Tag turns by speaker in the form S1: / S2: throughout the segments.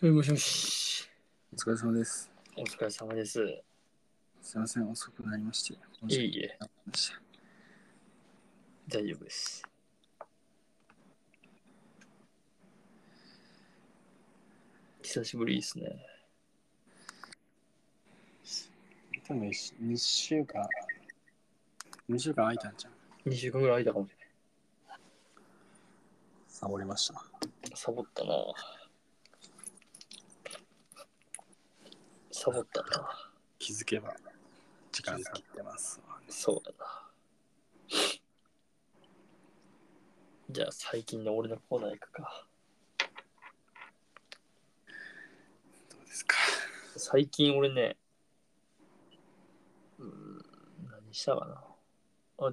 S1: はい、もしもし。
S2: お疲れ様です。
S1: お疲れ様です。
S2: すいません、遅くなりまして。
S1: いえいえ、
S2: 申し訳ございません
S1: 大丈夫です。久しぶりですね。
S2: 多分一2週間、2週間空いたんじゃん。
S1: 2週間ぐらい空いたかもしれ
S2: サボりました。
S1: ない。サボったなサボったな
S2: 気づけば、時間経ってます。
S1: そうだな。じゃあ最近の俺のコーナー行くか。
S2: どうですか。
S1: 最近俺ね、うーん、何したかな。あ、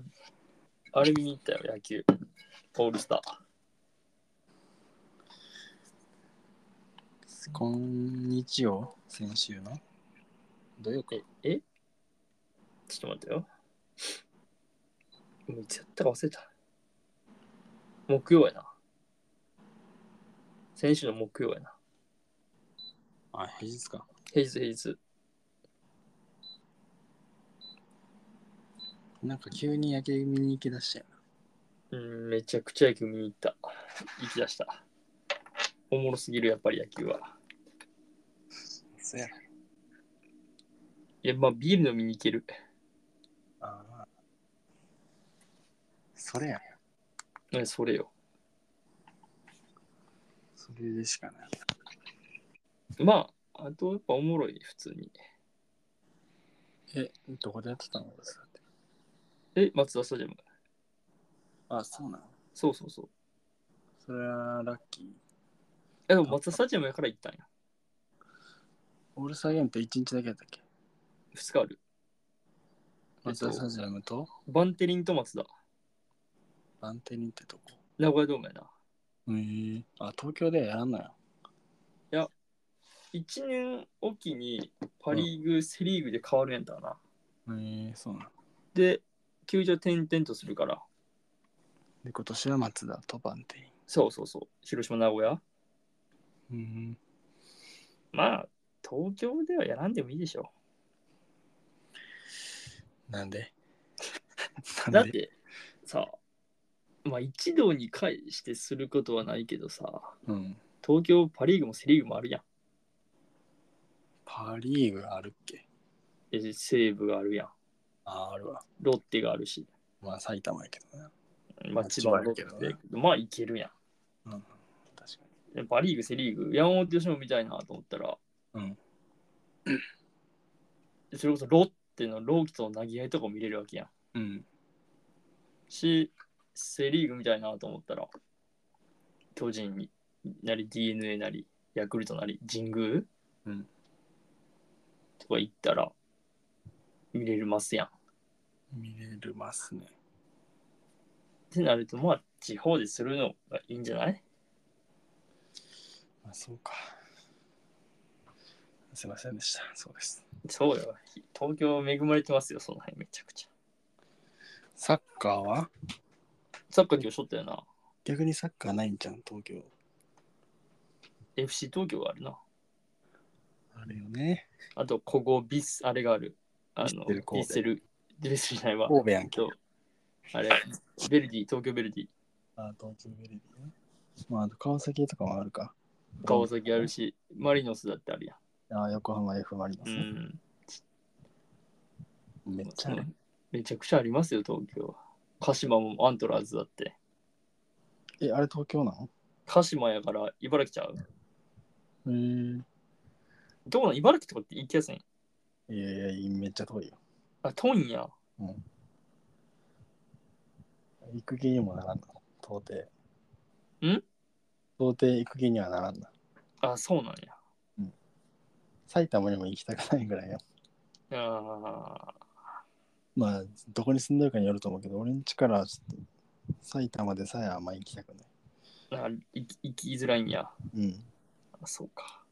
S1: あれ見に行ったよ、野球。オールスター。
S2: 今日曜、先週の土曜か。
S1: え、えちょっと待ってよ。もういつやったか忘れた。木曜やな。先週の木曜やな。
S2: あ、平日か。
S1: 平日平日。
S2: なんか急に野球見に行きだしたよな。
S1: うん、めちゃくちゃ野球見に行った。行き出した。おもろすぎる、やっぱり野球は。
S2: そうやろ。
S1: いや、まあ、ビール飲みに行ける。
S2: ああ。それやろ。
S1: ね、それよ。
S2: それでしかない。
S1: まあ、あとやっぱおもろい、普通に。
S2: え、どこでやってたのそれって
S1: え、松田スタジアム。
S2: あ、そうなの
S1: そうそうそう。
S2: それはラッキー。
S1: え、でも松田スタジアムやから行ったんや。
S2: オールスターゲームって1日だけだったっけ
S1: 2日ある。
S2: マツダスタジアムと
S1: バンテリンと松田。
S2: バンテリンってとこ。
S1: 名古屋ドームやな。
S2: へえあ、東京でやらんのよ。
S1: 1年おきにパ・リーグ、セ・リーグで変わるんやったかな。
S2: へえそうなの。
S1: で、球場転々とするから。
S2: で、今年は松田とバンテ
S1: そうそうそう。広島、名古屋。
S2: リン。
S1: まあ、東京ではやらんでもいいでしょ。
S2: うん。なんで
S1: だって、さ、まあ一堂に会してすることはないけどさ、
S2: うん。
S1: 東京、パ・リーグもセ・リーグもあるやん。
S2: パリーグあるっけ
S1: え西武があるやん。
S2: あ、あるわ。
S1: ロッテがあるし。
S2: まあ、埼玉やけどね。
S1: まあ、千葉はロッテだけど、まあいけるや
S2: うん。確か
S1: ん。パ・リーグ、セ・リーグ、山本由伸みたいなと思ったら、
S2: に。うん。
S1: それこそロッテのローキとの投げ合いとかも見れるわけやん。
S2: うん。
S1: し、セ・リーグみたいなと思ったら、巨人になり、DNA なり、ヤクルトなり、神宮、
S2: うん
S1: とか行ったら、見れますやん。っ
S2: 見れるますね。
S1: てなると、まあ、地方でするのがいいんじゃない
S2: まあ、そうか。すいませんでした。そうです。
S1: そうよ。東京恵まれてますよ、その辺めちゃくちゃ。
S2: サッカーは
S1: サッカー今日しょったよな。
S2: 逆にサッカーないんじゃん、東京。
S1: FC 東京があるな。
S2: あるよね。
S1: あと、古豪ビス、あれがある。あの、
S2: ヴィッセル神戸
S1: ビセル、ビセルじゃないわ。
S2: 神戸やんけ
S1: と。、あれ、ベルディ、東京ベルディ、
S2: あ、東京ベルディね。まあ、あと川崎とかもあるか。
S1: 川崎あるし、マリノスだってあるや
S2: あ、横浜 F ・マリノ
S1: ん。う
S2: スね。
S1: ん。
S2: めっちゃある。
S1: めちゃくちゃありますよ、東京は。鹿島もアントラーズだって。
S2: え、あれ東京なの
S1: 鹿島やから茨城ちゃう
S2: へー
S1: どうなん茨城とかって行きやすいん
S2: いやいや、めっちゃ遠いよ。
S1: あ、遠いんや。
S2: 行く気にもならんな。到底。
S1: ん
S2: 到底行く気にはならんな。
S1: あ、そうなんや。
S2: 埼玉にも行きたくないぐらいよ。
S1: あ
S2: まあ、どこに住んでるかによると思うけど、俺ん家からはちょっと埼玉でさえあんま行きたくない。
S1: ーあ、行き行きづらいんや。
S2: うん。
S1: あそうか。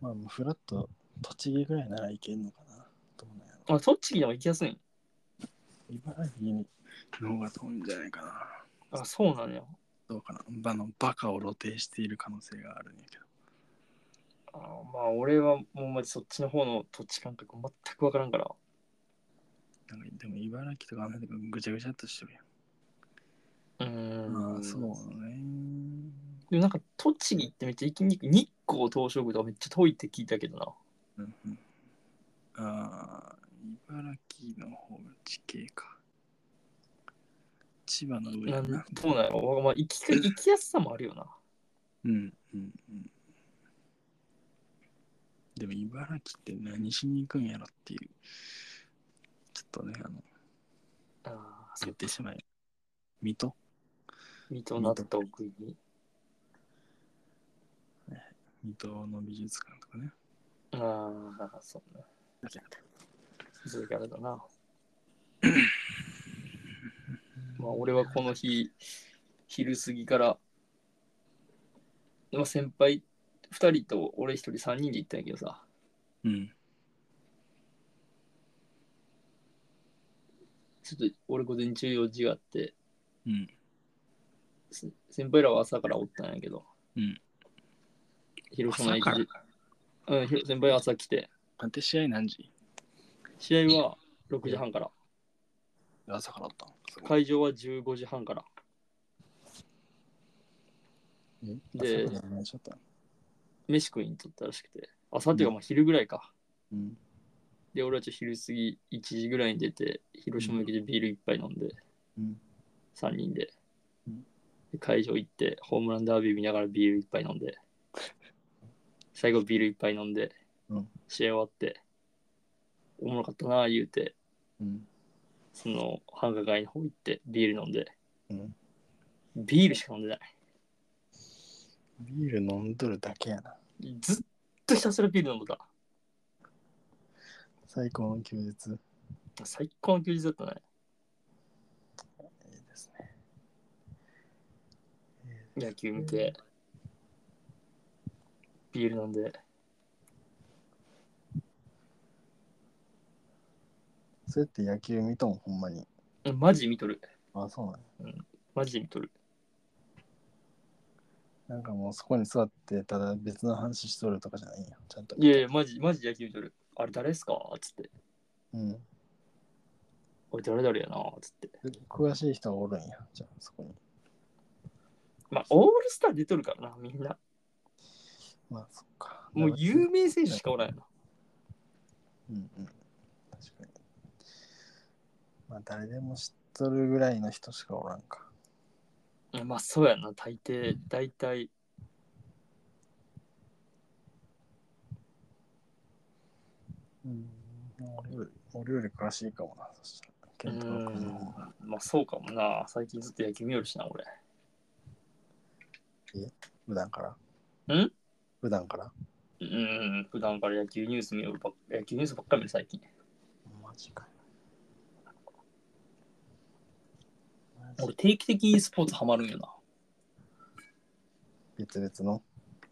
S2: まあ、もうフラッと栃木ぐらいなら行けんのかな。どうなんやろ。
S1: あ、栃木でも行きやすいん
S2: 茨城の方が遠いんじゃないかな。
S1: あ、そうなんや。
S2: どうかなあのバカを露呈している可能性があるんやけど
S1: あーまあ俺はもうマジそっちの方の土地感覚全くわからんから。
S2: なんかでも茨城とかあの辺とかぐちゃぐちゃっとしてるやん
S1: うーん
S2: まあそうね
S1: でもなんか栃木ってめっちゃ行きにくい。日光東照宮とかめっちゃ遠いって聞いたけどな。
S2: うんうんああ茨城の方が地形か千葉の上
S1: な
S2: や
S1: んど
S2: な
S1: うなんやろまあ行きか行きやすさもあるよな。
S2: うんうんうんでも茨城って何しに行くんやろっていうちょっとねあの
S1: ああ、そ
S2: 言
S1: う
S2: ってしまえ水戸
S1: 水戸納豆食いに。
S2: 水戸の美術館とかね
S1: ああ、そうね。それからだ な。まあ俺はこの日、昼過ぎから、まあ、先輩2人と俺1人3人で行ったんやけどさ。
S2: うん
S1: ちょっと俺午前中用事があって、
S2: うん
S1: せ先輩らは朝からおったんやけど、
S2: うん
S1: 広島駅
S2: 朝
S1: で、うん、ひろ先輩は朝来て、
S2: あて試合何時
S1: 試合は6時半から、
S2: 朝からあったのすごい
S1: 会場は15時半から、
S2: え
S1: で
S2: 朝から何しちゃったの
S1: 飯食いにとったらしくて、朝っていうかまあ昼ぐらいか。
S2: うん
S1: で、俺はちょっと昼過ぎ1時ぐらいに出て、広島駅でビール一杯飲んで、
S2: うん
S1: 3人で
S2: うん。
S1: で会場行って、ホームランダービー見ながらビール一杯飲んで、最後ビール一杯飲んで、
S2: うん
S1: 試合終わって、おもろかったなあ言うて、
S2: うん
S1: その繁華街の方行ってビール飲んで、
S2: うん
S1: ビールしか飲んでない。
S2: ビール飲んどるだけやな
S1: ずっとひたすらビール飲んでた。
S2: 最高の休日いい
S1: 最高の休日だったね。
S2: ですね
S1: 野球見て、ビール飲んで、
S2: そうやって野球見とんほんまに
S1: マジ見とる。
S2: あそうなんや
S1: マジ見とる。
S2: なんかもうそこに座ってただ別の話しとるとかじゃないんやちゃんと
S1: いやいや、マジ、マジ野球見とる。あれ誰ですかつって。
S2: うん
S1: 俺誰々やなつって。
S2: 詳しい人がおるんやじゃあそこに
S1: まあ、オールスター出とるからな、みんな。
S2: まあそっか
S1: もう有名選手しかおらんやな。
S2: うんうん。確かに。まあ、誰でも知っとるぐらいの人しかおらんか。
S1: いやまあ、そうやな、大抵、大体。
S2: うん。俺より、俺より詳しいかもな、そしたら。
S1: う
S2: 健太郎君の方
S1: ん
S2: が。
S1: まあ、そうかもな。最近ずっと野球見よるしな、俺。
S2: 普段から。
S1: うん
S2: 普段から。
S1: うん、普段から野球ニュース見よるばっ野球ニュースばっかり見る、最近。
S2: マジかよ。マ
S1: 俺、
S2: ジ
S1: 定期的にスポーツハマるんよな。
S2: 別々の。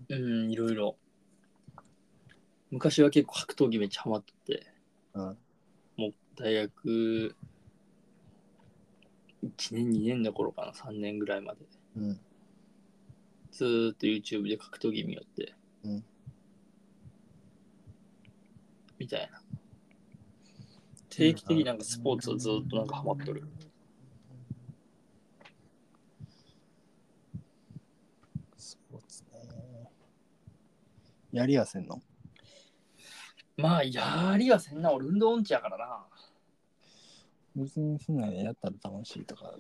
S1: うん、いろいろ。昔は結構格闘技めっちゃハマってて、
S2: うん。
S1: もう大学1年、2年の頃かな、3年ぐらいまで。
S2: うん。
S1: ずーっと YouTube で格闘技見よって。
S2: うん
S1: みたいな。定期的になんかスポーツをずーっとなんかハマっとる。
S2: スポーツね。やりやせんの
S1: まあ、やりはせんな、俺運動音痴やからな。
S2: 別にそんなんやったら楽しいとか。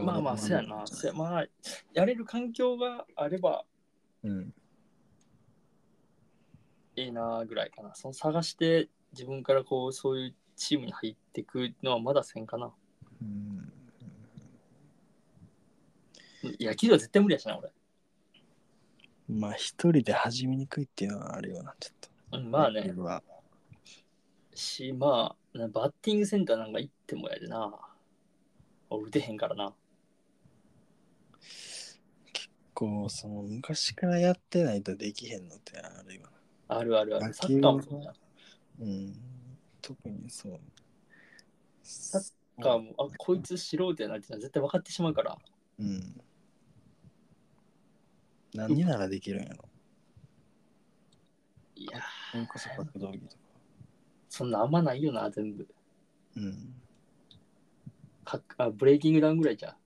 S1: まあまあ、そうやな。そうやまあ、やれる環境があれば
S2: うん。
S1: いいなぐらいかな。その探して自分からこうそういうチームに入ってくのはまだせんかな。
S2: うん
S1: 野球は絶対無理やしな、俺。
S2: まあ一人で始めにくいっていうのはあるよな、ちょっ
S1: うん、
S2: と。
S1: まあね。
S2: 僕は
S1: し、まあ、なバッティングセンターなんか行ってもやでな。俺打てへんからな。
S2: こう、その昔からやってないとできへんのってあるよ
S1: あるあるあ
S2: 野
S1: る。サ
S2: 球
S1: ッカーもそうや。
S2: な。うん。特にそう。
S1: サッカーも、あ、こいつ素人やなってのは絶対分かってしまうから。
S2: うん。何ならできるんやろ。
S1: いやー、
S2: それこそ格闘技とか。
S1: そんなあんまないよな、全部。
S2: うん。
S1: かあブレイキングダウンぐらいじゃ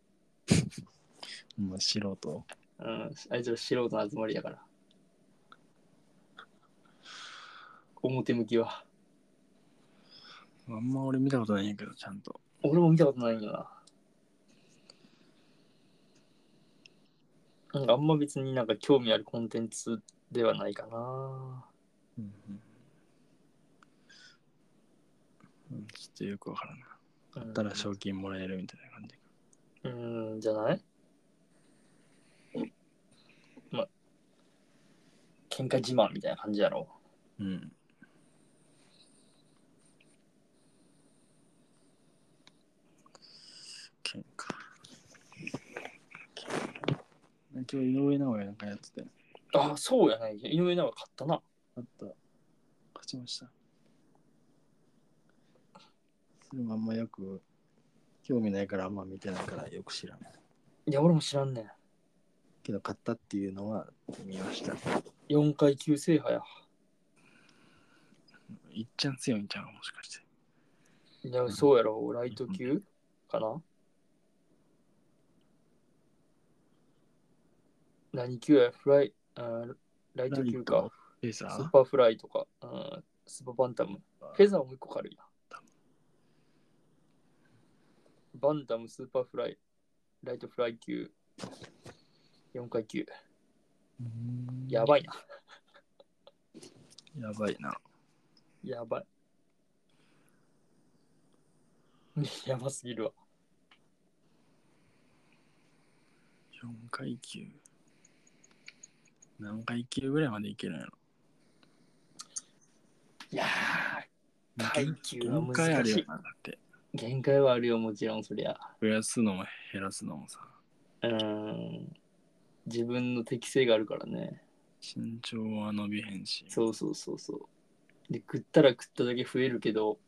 S2: まあ、素人。
S1: う。うん、あいつら素人の集まりやから。表向きは。
S2: あんま俺見たことないんやけど、ちゃんと。
S1: 俺も見たことないよな。うん、あんま別になんか興味あるコンテンツではないかな。
S2: うん。うん、ちょっとよくわからんない。
S1: だ
S2: だったら賞金もらえるみたいな感じ。
S1: うん、じゃないま、喧嘩自慢みたいな感じやろ。
S2: うん。喧嘩。今日井上尚弥なんかやってて、
S1: あ、そうやね。井上尚弥勝ったな。
S2: あった。勝ちました。それもあんまよく、興味ないからあんま見てないからよく知らない。
S1: いや、俺も知らんねん。
S2: けど勝ったっていうのは見ました。
S1: 4階級制覇や。
S2: いっちゃん強いんちゃうもしかして。
S1: いや、そうやろ。ライト級かな何級やフライ、あライト級か。
S2: レーザ
S1: スー
S2: ー
S1: パーフライとか、うん、スーパーバンタム。フェザーもう一個軽いな。バンタム、スーパーフライ、ライトフライ級、4階級。やばいな。
S2: やばいな。
S1: やばい。 やばすぎるわ。
S2: 4階級何階級ぐらいまでいけるんやろ
S1: いやー、階級は
S2: 限界あ
S1: 難
S2: る
S1: し
S2: よ
S1: い。
S2: なだって
S1: 限界はあるよ、もちろんそりゃ。
S2: 増やすのも減らすのもさ
S1: うん。自分の適性があるからね。
S2: 身長は伸びへんし
S1: そうそうそうそう。で、食ったら食っただけ増えるけど、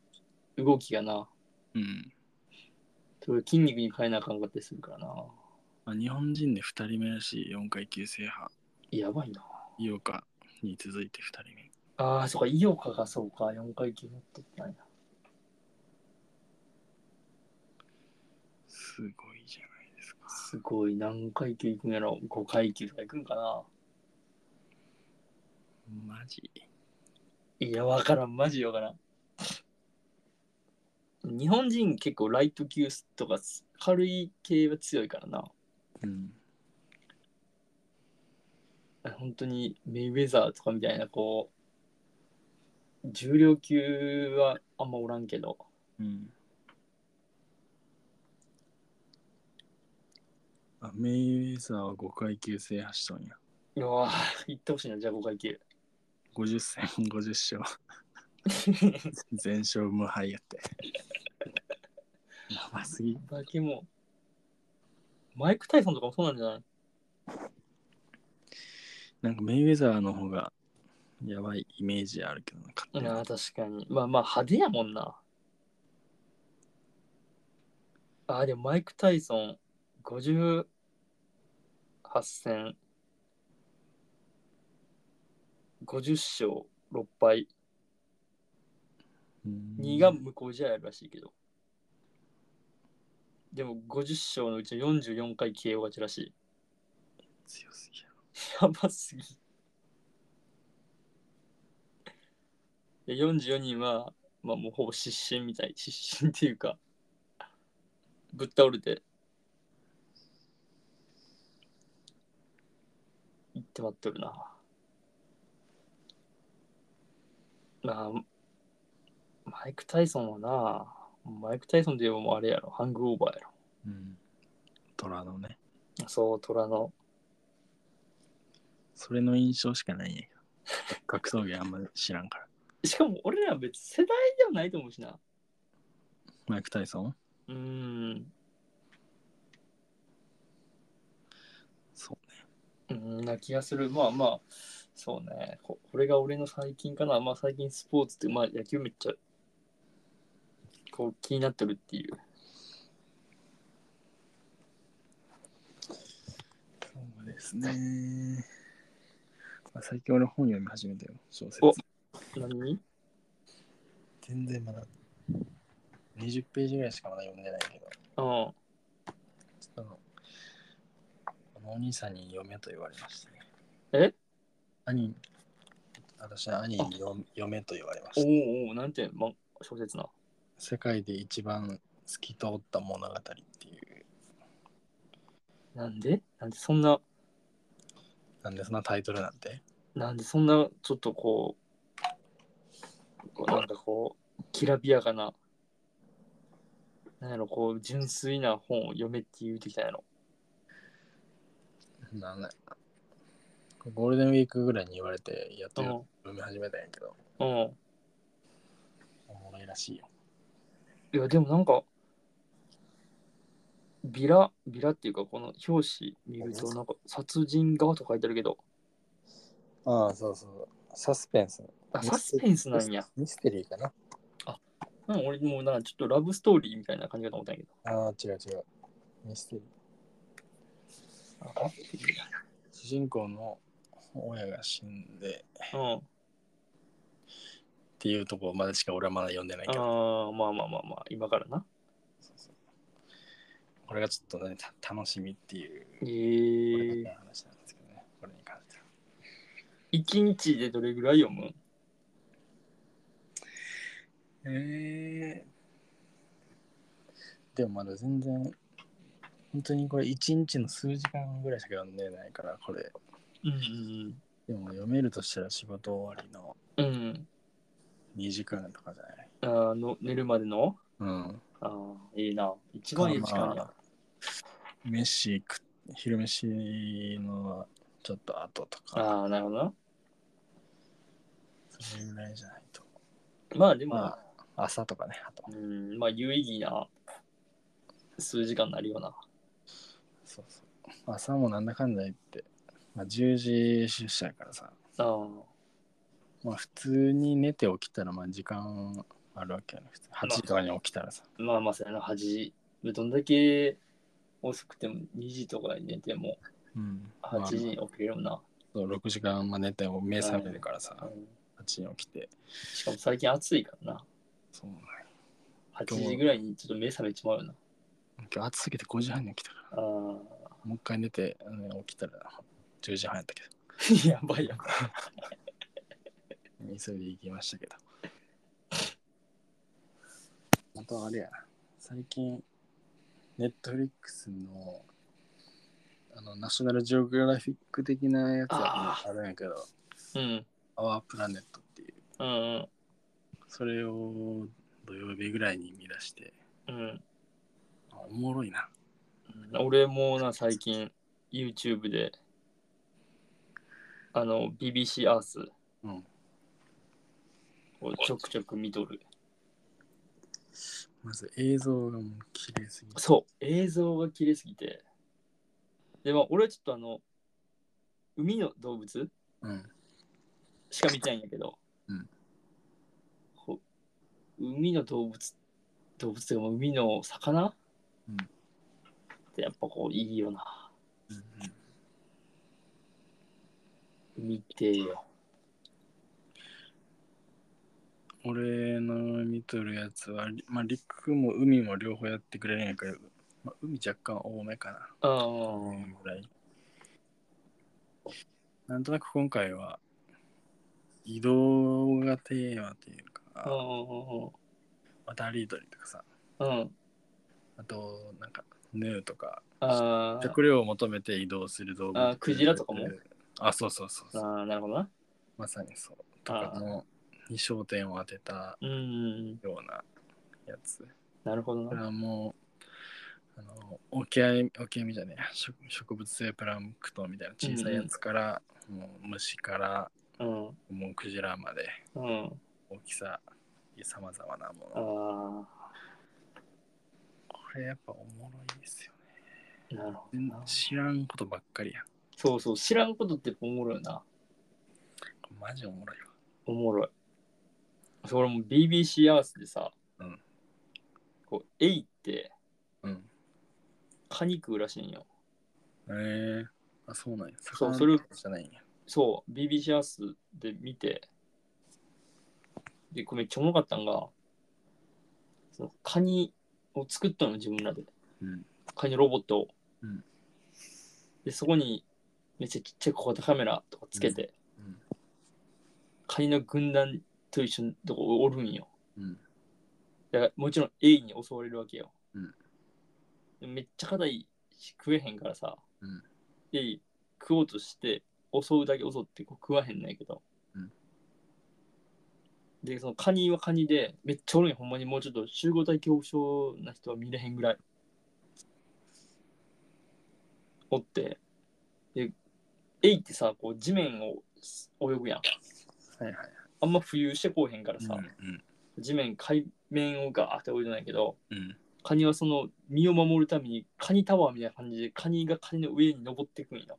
S1: 動きがな、
S2: うん、
S1: それ筋肉に変えなあかんかったりするからな。
S2: まあ、日本人で2人目らしい4階級制覇
S1: やばいな。
S2: 井岡に続いて2人目
S1: ああ、そうか、井岡がそうか、4階級持っとったんや。
S2: すごいじゃないですか
S1: すごい、何階級いくんやろ ?5 階級とかいくんかな
S2: マジ
S1: いや、わからん、マジわからん。日本人結構ライト級とか軽い系は強いからな。
S2: うん
S1: 本当にメイウェザーとかみたいなこう重量級はあんまおらんけど
S2: うんあメイウェザーは5階級制覇しとんや
S1: うわー行ってほしいなじゃあ5階級
S2: 50戦50勝 全勝無敗やってやばすぎ
S1: だけもうマイク・タイソンとかもそうなんじゃない
S2: なんかメイウェザーの方がやばいイメージあるけどな勝手
S1: い
S2: に
S1: やー確かにまあまあ派手やもんなあーでもマイク・タイソン58戦50勝6敗
S2: うん
S1: 2が無効試合あるらしいけど。でも50勝のうちの44回 KO 勝ちらしい。
S2: 強すぎや
S1: やばすぎ。で44人は、まあ、もうほぼ失神みたい。失神っていうか、ぶっ倒れて。行ってまっとるな。まあ、マイク・タイソンはな、マイク・タイソンといえばもうあれやろ、ハングオーバーやろ。
S2: うん虎のね
S1: そう、虎の。
S2: それの印象しかないんやけど格闘技あんま知らんから
S1: しかも俺らは別に世代ではないと思うしな。
S2: マイク・タイソン
S1: うーん。
S2: そうね
S1: うん、な気がする。まあまあ、そうね。ここれが俺の最近かな。まあ最近スポーツって、まあ野球めっちゃ、こう気になってるっていう。
S2: そうですですね。まあ、最近俺本読み始めたよ、小説。
S1: お何
S2: 全然まだ20ページぐらいしかまだ読んでないけど、
S1: ああ、
S2: ちょっとあのあのお兄さんに読めと言われましたね。
S1: え
S2: 兄、私は兄に読読めと言われま
S1: お
S2: し
S1: う
S2: た。
S1: おう、なんて、ま、小説な。
S2: 世界で一番透き通った物語っていう、
S1: なんでなんでそんな、
S2: なんでそんなタイトルなんて。
S1: なんでそんな、ちょっとこう、こうなんかこう、きらびやかな、なんやろ、こう、純粋な本を読めって言うてきたんやろ。
S2: なんだゴールデンウィークぐらいに言われて、やっと
S1: うん
S2: 読み始めたんやけど、
S1: うん。
S2: おもろいらしいよ。
S1: いや、でもなんか、ビラ、ビラっていうか、この表紙見ると、なんか、殺人側と書いてあるけど、
S2: ああ、そうそう。サスペンス。
S1: あ、サスペンスなんや。。
S2: ミステリーかな。
S1: うん、俺もうなんかちょっとラブストーリーみたいな感じかと思ったんやけど。
S2: ああ、違う違う。ミステリー。主人公の親が死んで
S1: うん。
S2: っていうとこまでしか俺はまだ読んでないけど、
S1: ああ、まあまあまあまあ、今からな。
S2: そうそうこれがちょっとね、た楽しみっていう
S1: え
S2: これ
S1: ー
S2: が、話なんですけどね、これに関しては。
S1: 一日でどれぐらい読むん
S2: えー、でもまだ全然、本当にこれ1日の数時間ぐらいしか読んでないから、これ、
S1: うん。
S2: でも読めるとしたら仕事終わりの
S1: うん。
S2: 2時間とかじゃない。
S1: あーの寝るまでの
S2: うん。
S1: ああ、いいな。一番いい時間
S2: ま
S1: や
S2: あ。飯食っ昼飯のちょっと後とか、
S1: ああ、なるほどな。
S2: それぐらいじゃないと。
S1: まあでも、
S2: まあ、朝とかね、あと
S1: う。ん、まあ有意義な数時間になるような。
S2: そうそう。朝もなんだかんだ言って、まあ、10時出社やからさ、
S1: ああ、
S2: まあ、普通に寝て起きたら、まあ、時間あるわけやね。普通8時とかに起きたらさ、
S1: まあまあそうやな、8時。どんだけ遅くても2時とかに寝ても
S2: うん。
S1: 8時に
S2: まあ
S1: 起きれるもんな。
S2: そう6時間まあ寝て目覚めるからさ、
S1: うん
S2: 8時に起きて、
S1: しかも最近暑いからな。
S2: そうなんよ
S1: 8時ぐらいにちょっと目覚めちまうよな。
S2: 今日暑すぎて5時半に起きたか
S1: あ
S2: ら。
S1: あ。
S2: もう一回寝て、ね、起きたら10時半やった け
S1: やばいやばい。
S2: ど、急いで行きましたけど。あとあれやな、最近、ネットフリックスの、あの、ナショナルジオグラフィック的なやつ
S1: あ
S2: あるんやけど、
S1: うん。
S2: アワープラネットっていう、
S1: うん。
S2: それを土曜日ぐらいに見出して、
S1: うん。
S2: あおもろいな。
S1: 俺もな、最近 YouTube で、あの、BBC アース
S2: うん。
S1: をちょくちょく見とる。
S2: まず映像がもう綺麗すぎて。
S1: そう、映像が綺麗すぎて。でも、俺はちょっとあの、海の動物
S2: うん。
S1: しか見てないんやけど、
S2: うん
S1: こう海の動物動物っていうかもう海の魚、
S2: うん
S1: ってやっぱこういいよな
S2: うんうん
S1: 見てよ
S2: 俺の見とるやつは、まあ、陸も海も両方やってくれるんやけど、まあ、海若干多めかな。
S1: あ
S2: 多
S1: ー
S2: めぐらい。なんとなく今回は移動がテーマという
S1: あ
S2: か、
S1: ー
S2: 渡り鳥とかさ、
S1: うん
S2: あとなんかヌーとか、
S1: あー
S2: 食料を求めて移動する動物。
S1: あークジラとかも
S2: あ、そうそうそうそう。
S1: あーなるほどな
S2: まさにそう。とかのに焦点を当てた
S1: うんうん
S2: ようなやつ。
S1: なるほど
S2: これ
S1: な
S2: はもう、あの、オキアミ、オキアミじゃねえ、植植物性プランクトンみたいな小さいやつから、もう虫から、
S1: うん
S2: もうクジラまで、
S1: うん
S2: 大きさ、さまざまなもの。
S1: あ
S2: これやっぱおもろいですよ
S1: あなるほど
S2: ね
S1: な。
S2: 知らんことばっかりやん。
S1: そうそう知らんことっておもろいよな
S2: マジおもろいわ。
S1: おもろいそう俺も BBC アースでさ、
S2: うん
S1: こうエイって
S2: うん。
S1: カニ食うらしいんよ
S2: えー、あ、そうなんや。
S1: そうそれ
S2: じゃないんや。
S1: そう、BBC アースで見て、で、これめっちゃおもろかったんが、そのカニを作ったの、自分らで。
S2: うん。
S1: カニロボットを。
S2: うん
S1: で、そこにめっちゃちっちゃい小型カメラとかつけて、
S2: うん
S1: カニの軍団と一緒にとこおるんよ。
S2: うん。
S1: だからもちろんエイに襲われるわけよ。
S2: うん
S1: でめっちゃ硬いし食えへんからさ、
S2: うん
S1: エイ食おうとして襲うだけ襲ってこう食わへんないけど。
S2: うん
S1: で、そのカニはカニで、めっちゃおるんよ、ほんまにもうちょっと集合体恐怖症な人は見れへんぐらい。おって、で、エイってさ、こう地面を泳ぐやん。
S2: はいはい。
S1: あんま浮遊してこうへんから
S2: うん
S1: さ、地面、海面をガーって泳いでないけど、
S2: うん。うん。
S1: カニはその身を守るためにカニタワーみたいな感じでカニがカニの上に登っていくんよ。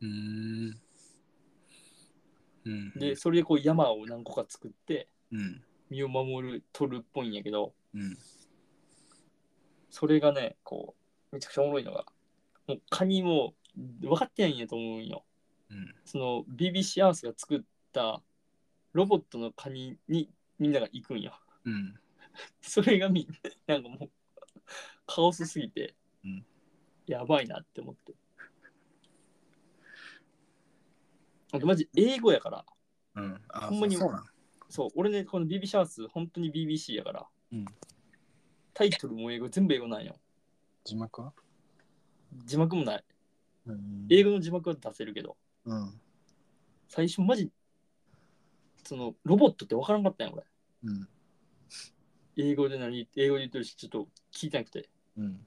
S2: うーん。うん。
S1: で、それでこう山を何個か作って
S2: うん。
S1: 身を守る、取るっぽいんやけど、
S2: うん。
S1: それがね、こう、めちゃくちゃおもろいのが、もうカニも分かってないんやと思うんよ。
S2: うん。
S1: その BBC アースが作ったロボットのカニにみんなが行くんよ。
S2: うん。
S1: それがみ んな、なんかもう、カオスすぎて、
S2: うん
S1: やばいなって思って。あとマジ英語やから、
S2: うん。あ、
S1: ほんまに
S2: そうなん。
S1: そう、俺ね、この BB シャース、本当に BBC やから、
S2: うん
S1: タイトルも英語、全部英語なんよ。
S2: 字幕は
S1: 字幕もない。
S2: うん
S1: 英語の字幕は出せるけど、
S2: うん。
S1: 最初マジ、その、ロボットって分からんかったんや、俺。
S2: うん。
S1: 英語で何、英語で言ってるし、ちょっと聞いてなくて。
S2: うん。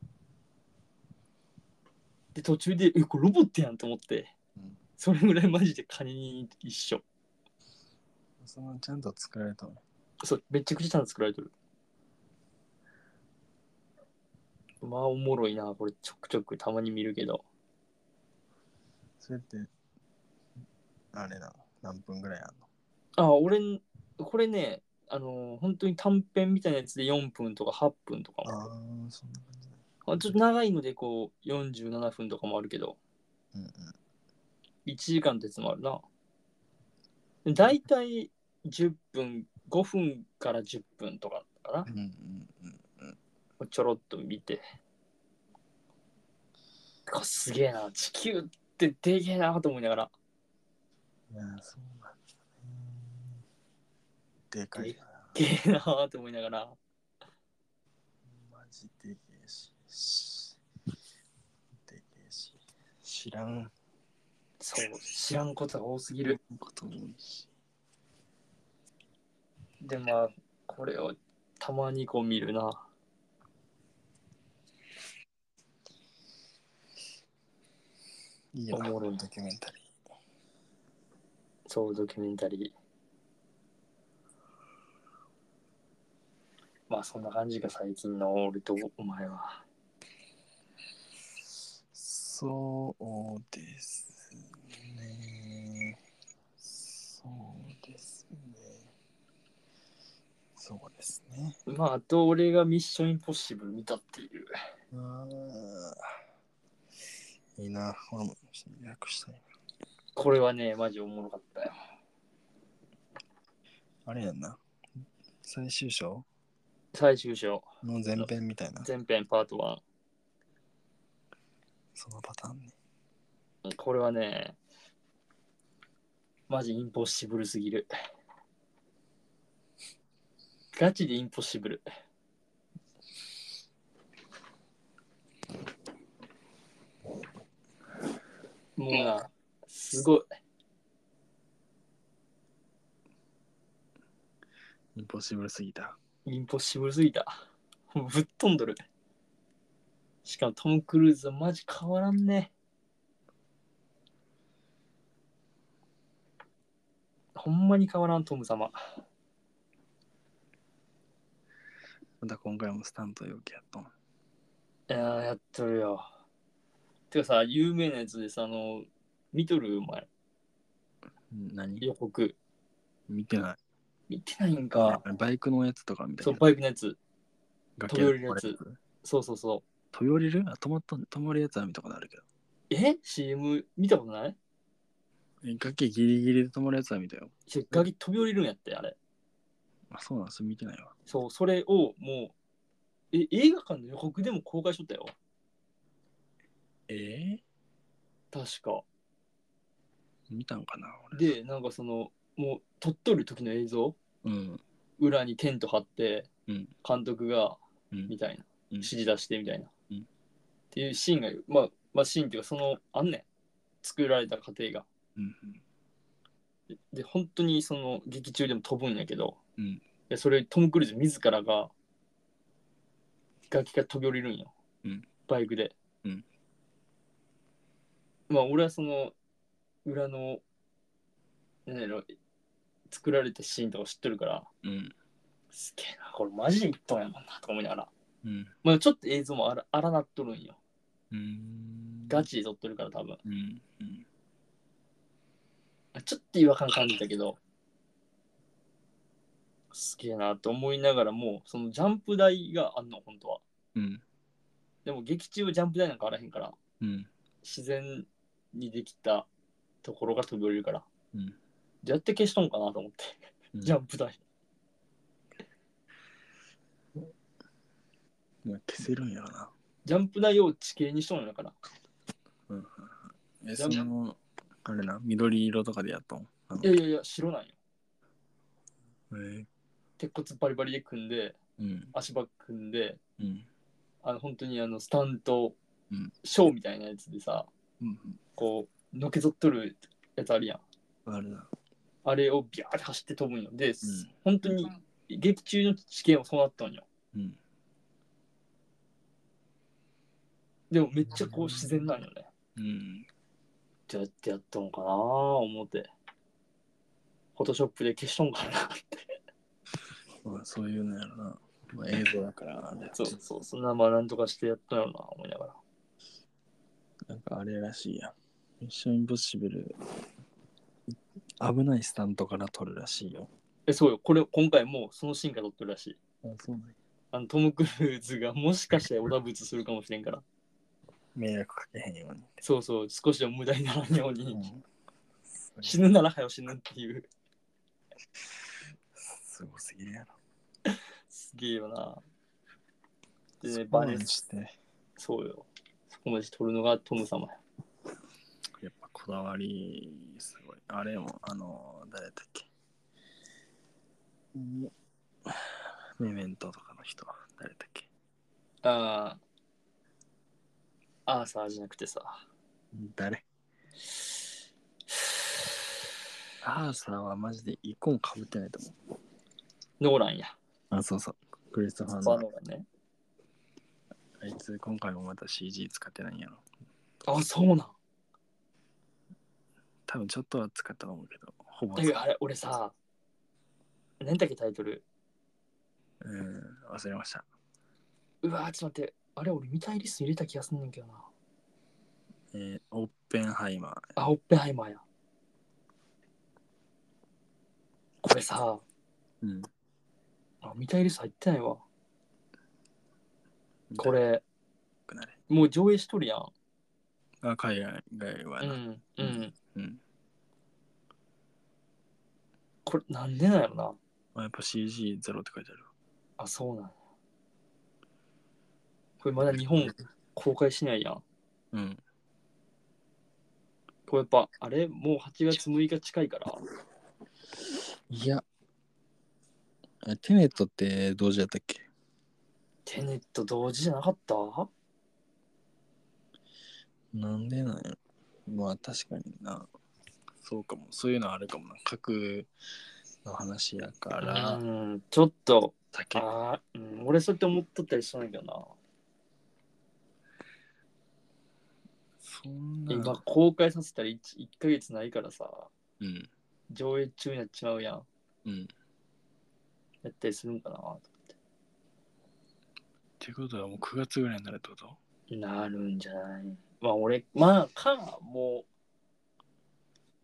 S1: で、途中で、え、これロボットやんと思って、
S2: うん
S1: それぐらいマジでカニに一緒。
S2: そのちゃんと作られたの。
S1: そう、めちゃくちゃちゃんと作られてる。まあ、おもろいな、これ、ちょくちょくたまに見るけど。
S2: それって、あれなの何分ぐらいあんの
S1: あ、俺ん、これね、あのー本当に短編みたいなやつで4分とか8分とかも。
S2: ああ、そんな感じだ。
S1: あちょっと長いので、こう、47分とかもあるけど、
S2: うんうん。
S1: 1時間ってやつもあるな。で大体10分、5分から10分とかか
S2: うんうんうん
S1: な。ちょろっと見て。あすげえな、地球ってでけえなと思いながら。
S2: いやー、そうなんだね。でかいな。
S1: すげえなーって思いながら
S2: マジでけえし。しでけえし。知らん
S1: そう知らんことが多すぎる
S2: ことも多いし。
S1: でまあこれをたまにこう見るな
S2: おいよな
S1: おもろい
S2: ドキュメンタリ
S1: そうドキュメンタリーまあそんな感じが最近の俺とお前は
S2: ー。そうですね。そうですね。そうですね。
S1: まああと俺がミッションインポッシブル見たっていう
S2: あーいいな。俺も予約したいな。
S1: これはねマジおもろかったよ
S2: あれやんな。最終章
S1: 最終章
S2: の前編みたいな。
S1: 前編パート
S2: そのパターンね。
S1: 1これはねマジインポッシブルすぎるガチでインポッシブルもうな、すごい。
S2: インポッシブルすぎた。
S1: インポッシブルすぎた。もうぶっ飛んどる。しかもトム・クルーズはマジ変わらんね。ほんまに変わらん、トム様。
S2: また今回もスタント要件やったもん。
S1: いやー、やっとるよ。てかさ、有名なやつでさ、あの、見とるお前、
S2: うん何
S1: 予告。
S2: 見てない。
S1: 見てないんか。
S2: バイクのやつとかみた
S1: そ、
S2: いうな。
S1: バイクのやつ。
S2: 崖
S1: 飛び降りるやつ
S2: これ
S1: そうそうそ
S2: 飛び降りるあ、止まった、止まるやつは見たことあるけど。
S1: え ?CM 見たことない
S2: え崖ギリギリで止まるやつは見たよ。
S1: ちょガキ飛び降りるんやって、あれ。
S2: あ、そうなんす、見てないわ。
S1: そう、それをもう、え、映画館の予告でも公開しとったよ。
S2: えー、
S1: 確か。
S2: 見たんかな俺。
S1: で、なんかその、もう撮っとる時の映像、
S2: うん。
S1: 裏にテント張って、
S2: うん
S1: 監督が、
S2: うん
S1: みたいな、
S2: うん
S1: 指示出してみたいな、
S2: うん
S1: っていうシーンが、まあ、まあ、シーンっていうか、その、あんねん。作られた過程が。
S2: うん。
S1: で、本当にその、劇中でも飛ぶんやけど、
S2: うん
S1: でそれ、トム・クルーズ自らが、崖から飛び降りるんよ。
S2: うん
S1: バイクで。
S2: うん
S1: まあ、俺はその、裏の、なんやろ、作られたシーンとか知ってるから、
S2: うん。
S1: すげえな、これマジで一トンやもんな、とか思いながら。
S2: うん。
S1: まあちょっと映像も荒荒なっとるんよ。
S2: うん。
S1: ガチで撮ってるから多分。
S2: うん。うん。
S1: ちょっと違和感感じたけど、すげえなと思いながらもう、そのジャンプ台があんの、本当は。
S2: うん。
S1: でも劇中はジャンプ台なんかあらへんから、
S2: うん。
S1: 自然にできたところが飛び降りるから。
S2: うん
S1: どうやって消しとんかなと思って、
S2: うん
S1: ジャンプ台。
S2: もう消せるんやろな。
S1: ジャンプ台を地形にしとんのだから。
S2: え、その、あれな、緑色とかでやったんあの
S1: いやいやいや、白なんよ。
S2: えー、
S1: 鉄骨バリバリで組んで、
S2: うん。
S1: 足場組んで、
S2: うん。
S1: あの本当にあのスタント
S2: うん
S1: ショーみたいなやつでさ、
S2: うん。
S1: こうのけぞっとるやつあるやん
S2: あれだ。
S1: あれをビャーって走って飛ぶんよで、
S2: ん
S1: 本当に劇中の試験はそうなったんよ
S2: うん。
S1: でもめっちゃこう自然なんよね
S2: うん。
S1: どうやってやったのかなー思ってフォトショップで消しとんかなって
S2: まあ、そういうのやろな。まあ、映像だからあ れ
S1: そうそうそんなまあなんとかしてやったんやろな思いながら
S2: なんかあれらしいやん。ミッションインポッシブル。危ないスタントから撮るらしいよ。
S1: えそうよこれ今回もうそのシーンから撮ってるらしい
S2: あ、そうなんや
S1: あのトム・クルーズがもしかしておだぶつするかもしれんから
S2: 迷惑かけへんように。
S1: そうそう少しでも無駄にならんように、
S2: うん
S1: 死ぬなら早よ死ぬっていう。
S2: すごすぎるやろ。
S1: すげえよな。でね、
S2: そ
S1: バ
S2: う
S1: ネ
S2: に
S1: ス、
S2: して、
S1: そうよ。そこまで取るのがトム様や。
S2: やっぱこだわりすごい。あれも、あの、誰だっけ。うんメメントとかの人、誰だっけ。
S1: ああ。アーサーじゃなくてさ。
S2: 誰アーサーはマジで一個もかぶってないと思う。
S1: ノーランや。
S2: あ、そうそう。クリストファ
S1: バ
S2: ー
S1: ノー
S2: の
S1: ランね。
S2: あいつ、今回もまた CG 使ってないんやろ。
S1: あ、そうなん。
S2: 多分ちょっとは使ったと思うけど、ほぼ
S1: だ
S2: 使っ
S1: けどあれ、俺さ、何だっけタイトル。
S2: うん、忘れました。
S1: うわーちょっと待って。あれ、俺見たいリスト入れた気がすんねんけどな。
S2: えーオッペンハイマー。
S1: あ、オッペンハイマーや。これさ、
S2: うん。
S1: あ見たいリスト入ってないわ。こ。れ、
S2: なれ
S1: もう上映しとるやん。
S2: あ、海外外は
S1: う
S2: な。
S1: んうん
S2: うん
S1: これなんでなんやろな
S2: まあ、やっぱ CG ゼロって書いてある。
S1: あそうなんやこれまだ日本公開しないやん
S2: うん。
S1: これやっぱあれもう8月6日近いから
S2: いや。えテネットって同時やったっけ
S1: テネット同時じゃなかった
S2: なんでなんやまあ確かにな。そうかも。そういうのあるかもな。核の話やから、
S1: うんちょっと
S2: だけ
S1: あー、うん、俺そうやって思っとったりしたんやけどな
S2: そんな。
S1: 今公開させたら 1, 1ヶ月ないからさ
S2: うん。
S1: 上映中になっちまうやん
S2: うん。っ
S1: やったりするんかなと思って
S2: てことはもう9月ぐらいになるってこと
S1: なるんじゃないまあ俺、まあか、もう、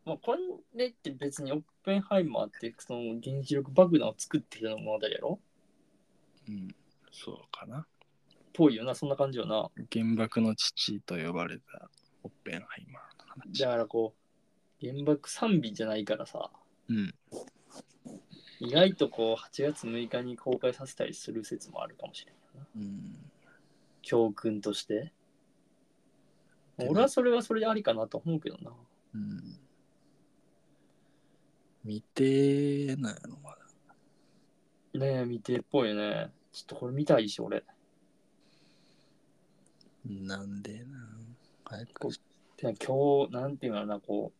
S1: まあこれって別にオッペンハイマーってその原子力爆弾を作ってきた物語やろ
S2: うん。そうかな。
S1: ぽいよな、そんな感じよな。
S2: 原爆の父と呼ばれたコッペンハイマーの話。
S1: だからこう、原爆賛美じゃないからさ、
S2: うん。
S1: 意外とこう、8月6日に公開させたりする説もあるかもしれないな。
S2: うん。
S1: 教訓として。
S2: でね
S1: 俺はそれはそれでありかなと思うけどな。
S2: うん。見てないのまだ。
S1: ねえ、見てっぽいよね。ちょっとこれ見たいし、俺。
S2: なんでな。早く。
S1: てか今日、なんていうのかな、こう、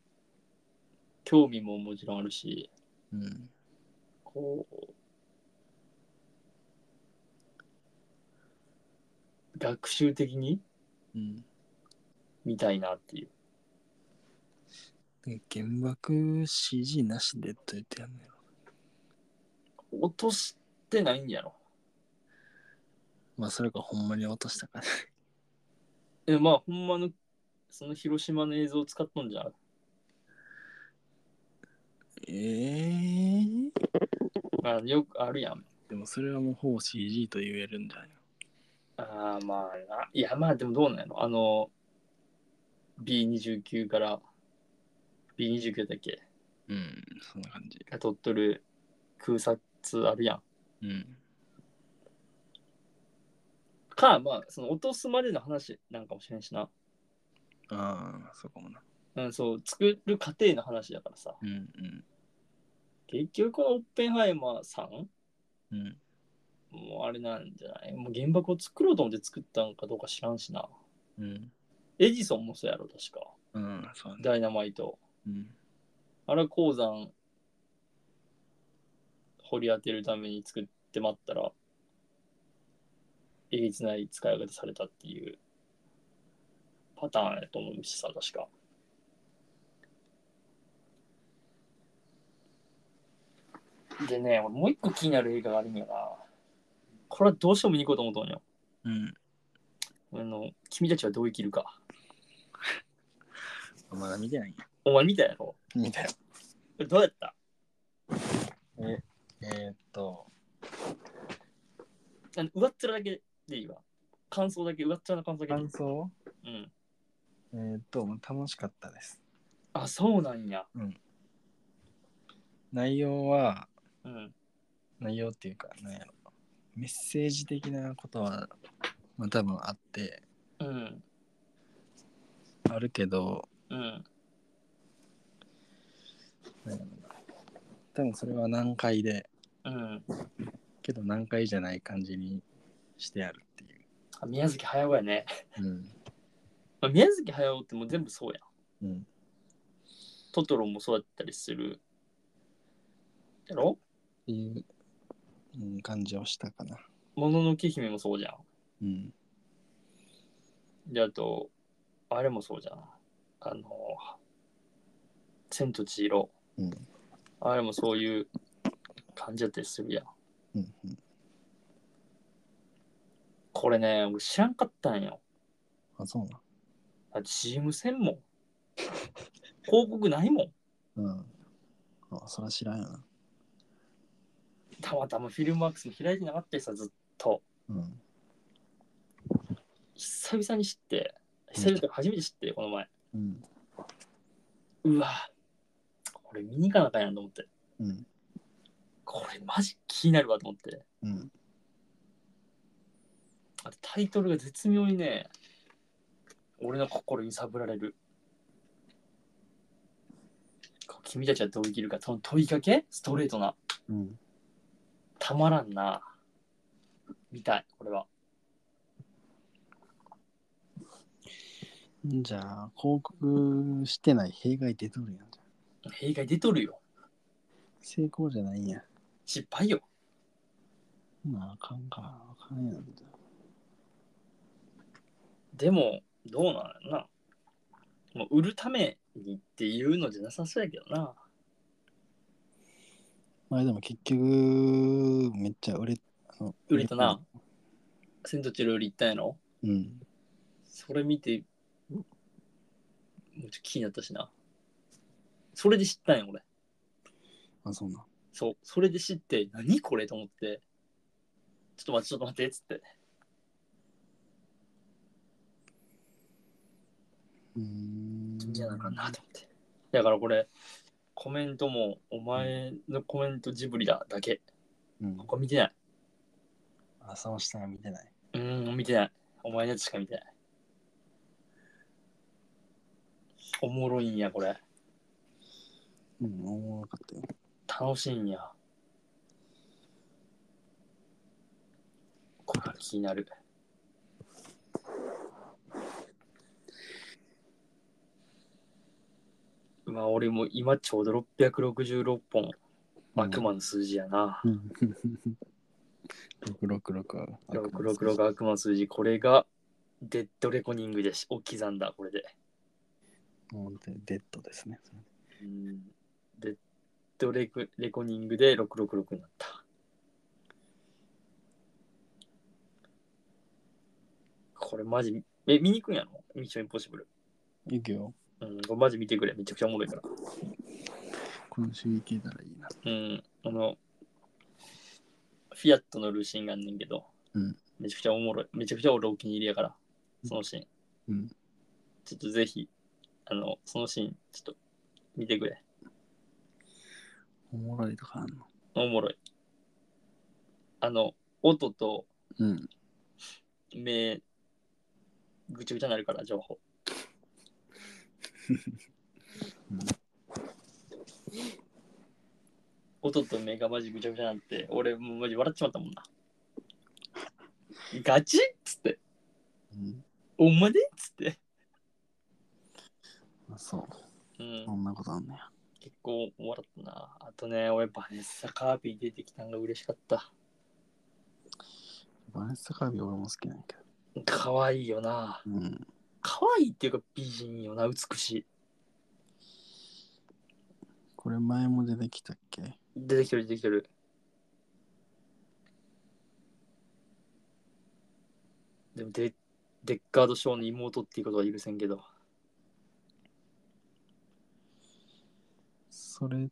S1: 興味ももちろんあるし、
S2: うん。
S1: こう、学習的に
S2: うん。
S1: 見たいなっていう。
S2: で原爆 CG なしでどうやってやんのやろ。
S1: 落としてないんやろ。
S2: まあ、それかほんまに落としたかね。
S1: え、まあ、ほんまの、その広島の映像を使っとんじゃん。
S2: ええ
S1: まあ、よくあるやん。
S2: でもそれはもうほぼ CG と言えるんじゃないの
S1: ああ、まあな。いや、まあ、でもどうなんやろ。あの、B29 から、B29 だっけ
S2: うん、そんな感じ。
S1: が撮っとる空撮あるやん。
S2: うん。
S1: か、まあ、その落とすまでの話なんかもしれんしな。
S2: ああ、そこもな。
S1: うん、そう、作る過程の話だからさ。
S2: うんうん
S1: 結局、このオッペンハイマーさん
S2: うん。
S1: もうあれなんじゃないもう原爆を作ろうと思って作ったんかどうか知らんしな。
S2: うん。
S1: エジソンもそうやろ、確か。
S2: うん、そうね。
S1: ダイナマイト。
S2: うん。
S1: あれは鉱山掘り当てるために作って待ったら、えげつない使い方されたっていうパターンやと思うしさ、確か。でね、俺もう一個気になる映画があるんやな。これはどうしても見に行こうと思ったんよ。
S2: うん。
S1: あの、君たちはどう生きるか。
S2: まだ見てないんや。
S1: お前見たやろ
S2: 見たよ。
S1: これどうやった
S2: えー、っと、
S1: あの上っ面だけでいいわ。感想だけ、上っ面の感想だけでいい
S2: 感。想
S1: うん。
S2: えー、っと、もう楽しかったです。
S1: あ、そうなんや。
S2: 内容は、
S1: うん。
S2: 内容っていうか、なんやろ。メッセージ的なことは、まあ多分あって、
S1: うん。
S2: あるけど、
S1: うん。
S2: なんやろな。多分それは難解で、
S1: うん。
S2: けど難解じゃない感じにしてあるっていう。
S1: あ宮崎駿やね。
S2: うん。
S1: まあ、宮崎駿ってもう全部そうやん。
S2: うん。
S1: トトロもそうだったりする。やろ
S2: っていう、うん、感じをしたかな。
S1: もののけ姫もそうじゃ
S2: うん。
S1: ん。で、あと、あれもそうじゃん。あの、千と千尋。
S2: うん。
S1: あれもそういう感じだったりするやん。
S2: うん。うん
S1: これね、俺知らんかったんよ。
S2: あ、そうな
S1: あ、CM 専 門。広告ないもん。
S2: の。うん。あ、そら知らんよな。
S1: たまたまフィルムワークスも開いてなかったりさ、ずっと。
S2: うん。
S1: 久々に知って、久々というか初めて知って、この前。
S2: うん。
S1: うわ、これ見に行かなあかんやんと思って。
S2: うん。
S1: これマジ気になるわと思って。
S2: うん。
S1: あとタイトルが絶妙にね、俺の心揺さぶられる。こう君たちはどう生きるか、その問いかけストレートな。
S2: うん。
S1: たまらんな。見たい、これは。
S2: じゃあ、広告してない弊害出とるやん。
S1: 弊害出とるよ。
S2: 成功じゃないんや。
S1: 失敗よ。
S2: まあ、あかんか。あかんやん。
S1: でも、どうなんやろな。もう売るためにっていうのじゃなさそうやけどな。
S2: まあ、でも結局、めっちゃ売れ、あの
S1: 売れたな。。千と千尋より行ったんやろ
S2: うん。
S1: それ見て、もうちょっと気になったしな。それで知ったんや、俺。
S2: あ、そうな。
S1: そう、それで知って、何これと思って、ちょっと待って、ちょっと待って、っつって。
S2: うーん
S1: じゃなかなと思って。だからこれ、コメントも、お前のコメントジブリだだけ。
S2: うん
S1: ここ見てない。
S3: 朝をしたら見てない。
S1: うーん、見てない。お前のやつしか見てない。おもろいんや、これ。
S2: うん、おもろかったよ。
S1: 楽しいんや。これ気になる。まあ俺も今ちょうど666本悪魔の数字やな。
S2: うん。666は。
S1: 666悪魔の数字、これがデッドレコニングでし、お刻んだ、これで。
S2: もうデッドですね。
S1: うんデッドレコレコニングで666になった。これマジ、え、見に行くんやろミッションインポッシブル。
S2: いくよ。
S1: うん、これマジ見てくれ。めちゃくちゃおもろいから。
S2: 今週行けたらいいな。
S1: うん、あの、フィアットのルーシーンがあんねんけど、
S2: うん
S1: めちゃくちゃおもろい。めちゃくちゃ俺お気に入りやから、そのシーン。
S2: うん
S1: ちょっとぜひ、あの、そのシーン、ちょっと見てくれ。
S2: おもろいとかあんの
S1: おもろい。あの、音と
S2: うん。
S1: 目、ぐちゃぐちゃになるから、情報。音と目がマジぐちゃぐちゃになって、俺もうマジ笑っちまったもんな。ガチっつって、
S2: うん。
S1: おまでっつって。
S2: あそう。
S1: う
S2: そ
S1: ん、
S2: んなことあんねや。
S1: 結構笑ったな。あとね、俺バネッサカービー出てきたのが嬉しかった。
S2: バネッサカービー俺も好きなんやけど。
S1: 可愛いよな。
S2: うん。
S1: 可愛いっていうか美人よな、美しい。
S2: これ前も出てきたっけ
S1: 出てきてる出てきてるでもデデッカードショーの妹っていうことは許せんけど
S2: それ。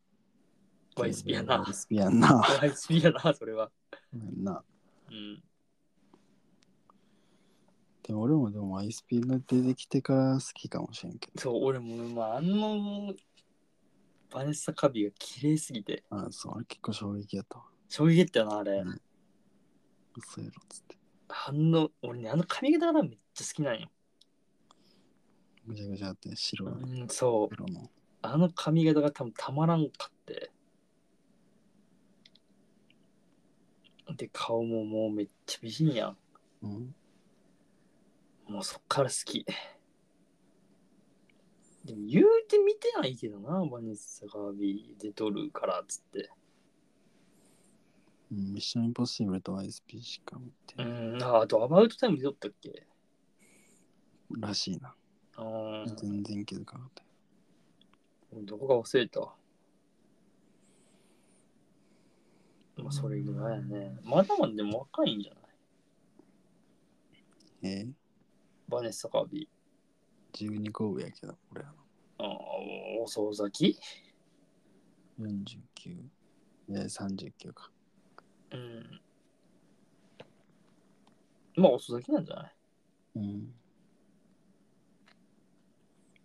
S1: ワイスピやな
S2: ワイスピアンな。
S1: ワイスピやなそれは
S2: ごめんな。
S1: うん
S2: でも俺もでもワイスピが出てきてから好きかもしれんけ
S1: そう俺もまああのバネッサ・カビが綺麗すぎて
S2: ど。あ、そう、あれ結構衝撃やったわ。
S1: 衝撃だったよなあれ、
S2: うん嘘やろっつって。
S1: あの俺ねあの髪型がめっちゃ好きなんよ、
S2: ぐちゃぐちゃあって白
S1: う
S2: い
S1: ん、そう
S2: 黒の。
S1: あの髪型が多分たまらんかって。で、顔ももうめっちゃ美人やん。
S2: うん。
S1: もうそっから好き。でも言うて見てないけどな、バネッサ・ガービーで撮るからっつって。
S2: うんミッションインポッシブルとワイスピしか見て
S1: う
S2: ない
S1: ん、ああとアバウトタイムで撮ったっけ
S2: らしいな。
S1: うん、
S2: 全然気づかなかった。
S1: どこか忘れた。まあそれぐらいやね。まだまだでも若いんじゃない
S2: えー、
S1: バネッサ・ガービー。
S2: 12個上やけど、俺は
S1: ああ、遅咲き
S2: 49。えー、39か。
S1: うん。まあ、遅咲きなんじゃない
S2: うん。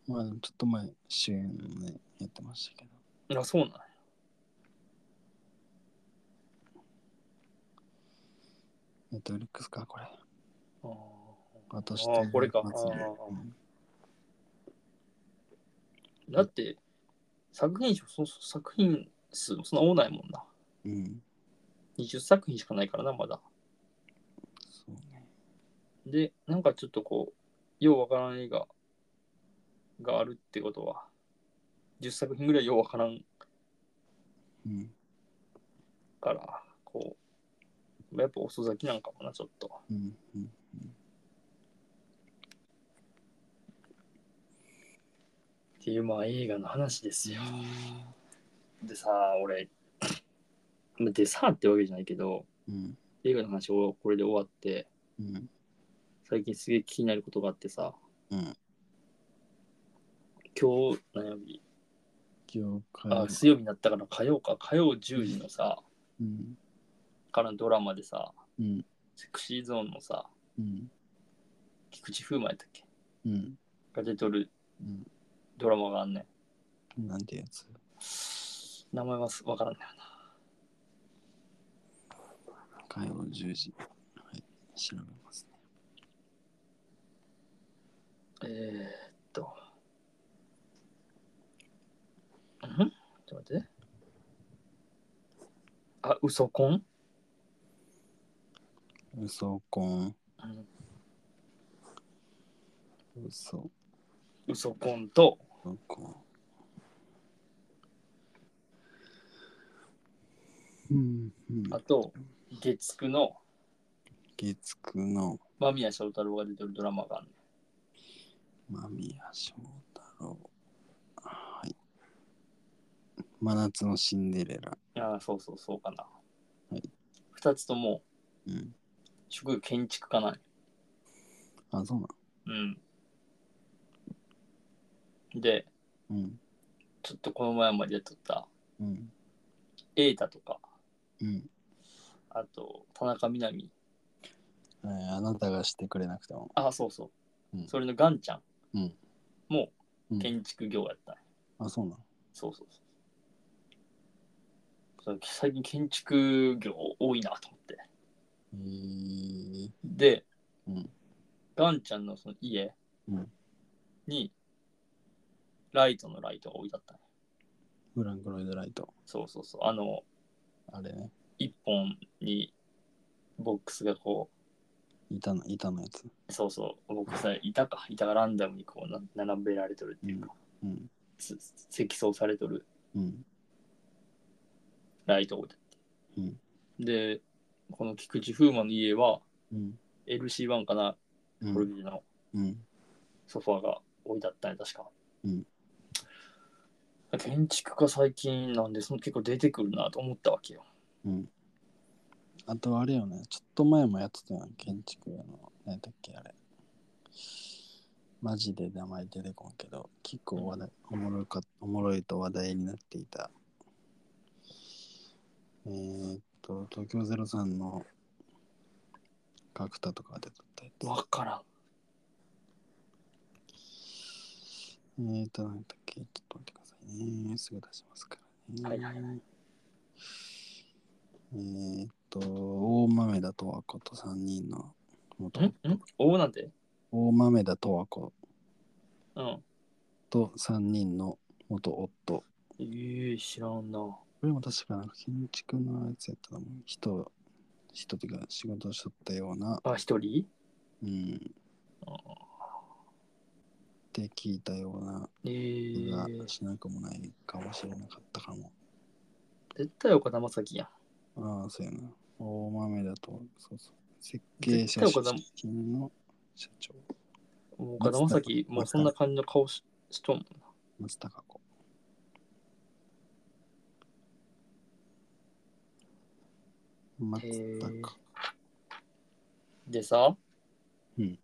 S2: まあ、でもちょっと前、主演もね、やってましたけど。
S1: あ、そうなんや
S2: ネットフリックスか、これ。
S1: あー
S2: 私
S1: あーこれか
S2: うん
S1: だって、作品賞、そそ作品数もそんな多ないもんな。
S2: うん。
S1: 20作品しかないからな、まだ。
S2: そうね。
S1: で、なんかちょっとこう、ようわからん映画があるってことは、10作品ぐらいようわからん
S2: うん。
S1: から、こう、まあやっぱ遅咲きなんかもな、ちょっと。
S2: うん。うん。
S1: っていうまあ映画の話ですよ。でさ俺 まあでさってわけじゃないけど
S2: うん。
S1: 映画の話をこれで終わって
S2: うん。
S1: 最近すげえ気になることがあってさ
S2: うん。
S1: 今日何曜日
S2: 業界。
S1: あ水曜日になったから火曜か火曜10時のさ
S2: うん。
S1: からのドラマでさ
S2: うん。
S1: セクシーゾーンのさ
S2: うん。
S1: 菊池風磨やったっけ
S2: うん。
S1: が出とる
S2: うん
S1: ドラマがあんねん。
S2: なんてやつ
S1: 名前はすわからんねんな。
S2: 火曜10時。はい。調べますね。
S1: えー、っと。んちょっと待って。あ、嘘コン、
S2: 嘘コン、
S1: うん、
S2: 嘘
S1: 嘘コンと、
S2: コン。うん、うん。
S1: あと、月9の
S2: 月九の
S1: 間宮祥太朗が出てるドラマがあんねん。
S2: 間宮祥太朗。はい。真夏のシンデレラ。
S1: ああ、そうそう、そうかな。
S2: はい
S1: 2つとも、
S2: うん。
S1: 職業建築家なんよ
S2: あ、そうな
S1: うん。で、
S2: のうん。
S1: ちょっとこの前までやっとった、
S2: うん。
S1: 瑛太とか、
S2: うん。
S1: あと、田中みな実。
S2: えーあなたがしてくれなくても。
S1: あ、そうそう。
S2: うん
S1: それのガンちゃん
S2: うん
S1: も
S2: うん
S1: 建築業やった、ね
S2: あ、そうなの
S1: そうそうそう。そう最近建築業多いなと思って。
S2: えー、
S1: で、
S2: うん
S1: ガンちゃんのその家
S2: うん
S1: にライトのライトが置いてあった、ね。
S2: フランク・ロイド・ライト。
S1: そうそうそう。あの、
S2: あれね。
S1: 一本にボックスがこ
S2: 板の、板のやつ。
S1: う、そうそう、ボックスが板か、板がランダムにこうな並べられてるっていうか、
S2: うん。
S1: つ積層されてる
S2: うん。
S1: ライトを置いてあって。
S2: うん。
S1: で、この菊池風磨の家は
S2: うん。
S1: LC1 かな、
S2: う
S1: プロ
S2: ん。
S1: ビジの
S2: うん。
S1: ソファーが置いてあったね、確か。
S2: うん
S1: 建築家最近なんで、その結構出てくるなと思ったわけよ。
S2: うん。あとあれよね。ちょっと前もやってたよね。建築屋の。何だっけ、あれ。マジで名前出てこんけど、結構話題、おもろいか、おもろいと話題になっていた。えー、っと、東京03の角田とかが出とったやつ。
S1: わからん。
S2: えーと、なんだっけ、ちょっと待ってくださいね。すぐ出しますからね。
S1: はいはい
S2: はい。えーと、大豆田とわ子と3人の元
S1: んんおなんて
S2: 大豆田とわ子
S1: うん。
S2: と3人の元夫。
S1: えー、知らんな。
S2: これも確かなんか建築のやつやったと思う。人、人というか仕事をしとったような、
S1: あ、一人
S2: うん。っ
S1: あ
S2: て聞いたような
S1: え
S2: 気が
S1: ー、
S2: しなくもないかもしれなかったかも。
S1: 絶対岡田将生やん。
S2: ああ、そうやな。大豆だと、そうそう。設計
S1: 絶
S2: 者
S1: 対岡田も
S2: 出身の社長、
S1: もう岡田将生、もうそんな感じの顔ししとんもんな。
S2: 松たか子。松たか
S1: でさ、
S2: うん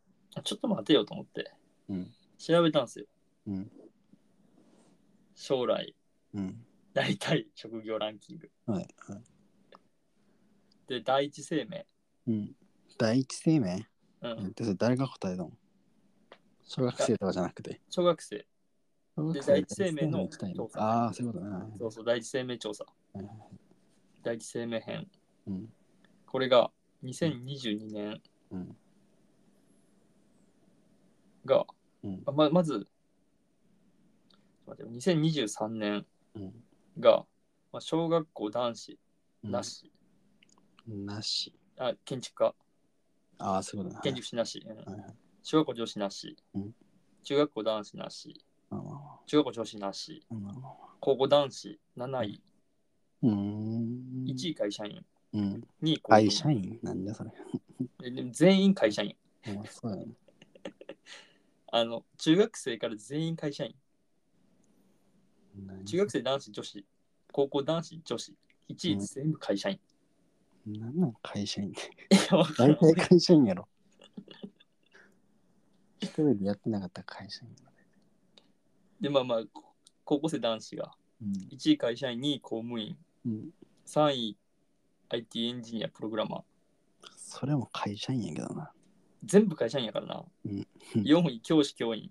S1: ちょっと待てよと思って、
S2: うん
S1: 調べたんですよ。
S2: うん
S1: 将来、
S2: うん。
S1: なりたい職業ランキング。
S2: はいはい。
S1: で、第一生命。
S2: うん。第一生命
S1: う
S2: うん
S1: ん、
S2: でそれ誰が答えたの小学生とかじゃなくて。
S1: 小学生。
S2: 小学
S1: で
S2: 生
S1: 第一生命の
S2: 行きたいの
S1: 調査
S2: ああ、そういうことね。はい
S1: そうそう、第一生命調査。
S2: はいはい
S1: 第一生命編。
S2: うん。
S1: これが2022年
S2: うん。
S1: が、
S2: うん
S1: あ。ままず、ちょっと待って2023年
S2: うん
S1: が、まあ、小学校男子
S2: うん
S1: な。し、
S2: なし。
S1: あ建築家、
S2: ああ、そういうことね。
S1: 建築士なし、うん
S2: はいはい。
S1: 小学校女子なし、
S2: うん
S1: 中学校男子なし、
S2: まあまあまあ
S1: 中学校女子なし、
S2: まあまあまあ。
S1: 高校男子7位、
S2: うーん。
S1: 1位会社員、
S2: うん。
S1: 2位公務
S2: 会
S1: 員
S2: 社員なんだそれ。
S1: えでも全員会社員。
S2: まあ、そうやね。
S1: あの中学生から全員会社員。
S2: 何
S1: 中学生男子女子、高校男子女子、1位全部会社員。
S2: なんなん会社員って。
S1: いやわからん
S2: 大体会社員やろ。一人でやってなかったら会社員だね。
S1: で、まあまあ、こ高校生男子が1位会社員、2位公務員、
S2: うん。うん。
S1: 3位 IT エンジニア、プログラマー。
S2: それも会社員やけどな。
S1: 全部会社員やからな。
S2: うん
S1: 4位教師教員、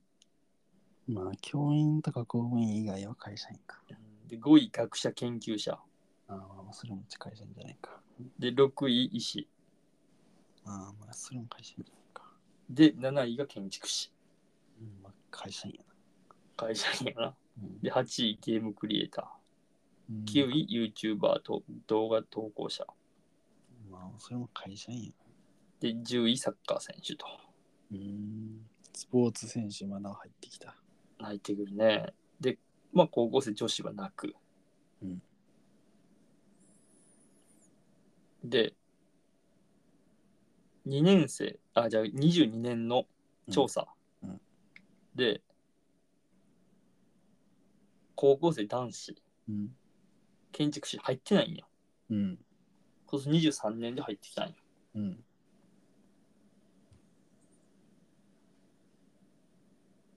S2: まあ、教員とか公務員以外は会社員か。
S1: で、5位、学者研究者。
S2: ああ、まあ、それも会社員じゃないか。
S1: で、6位、医師。
S2: ああ、まあ、それも会社員じゃないか。
S1: で、7位が建築士。
S2: うん、まあ、会社員や
S1: 会社員やな。
S2: な。うん
S1: で、8位、ゲームクリエイター。
S2: うん
S1: 9位、YouTuber と動画投稿者。
S2: まあ、それも会社員や
S1: で、10位、サッカー選手と。
S2: な。うん。スポーツ選手まだ入ってきた。
S1: 入ってくるね。で、まあ、高校生女子はなく。
S2: うん
S1: で、2年生、あ、じゃあ22年の調査、
S2: うんうん
S1: で、高校生男子、
S2: うん。
S1: 建築士入ってないんや。
S2: うん。
S1: 今年23年で入ってきたんや。
S2: うん。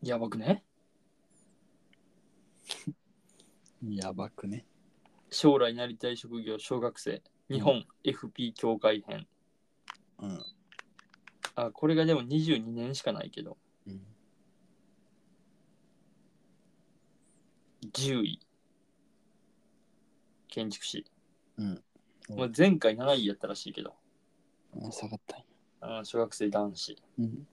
S1: やばくね
S2: やばくね。
S1: 将来なりたい職業小学生日本 FP 協会編、
S2: うん。
S1: あこれがでも22年しかないけど
S2: うん。
S1: 10位建築士、
S2: うん
S1: まあ、前回7位やったらしいけど
S2: あ下がったんや。
S1: あ小学生男子
S2: うん。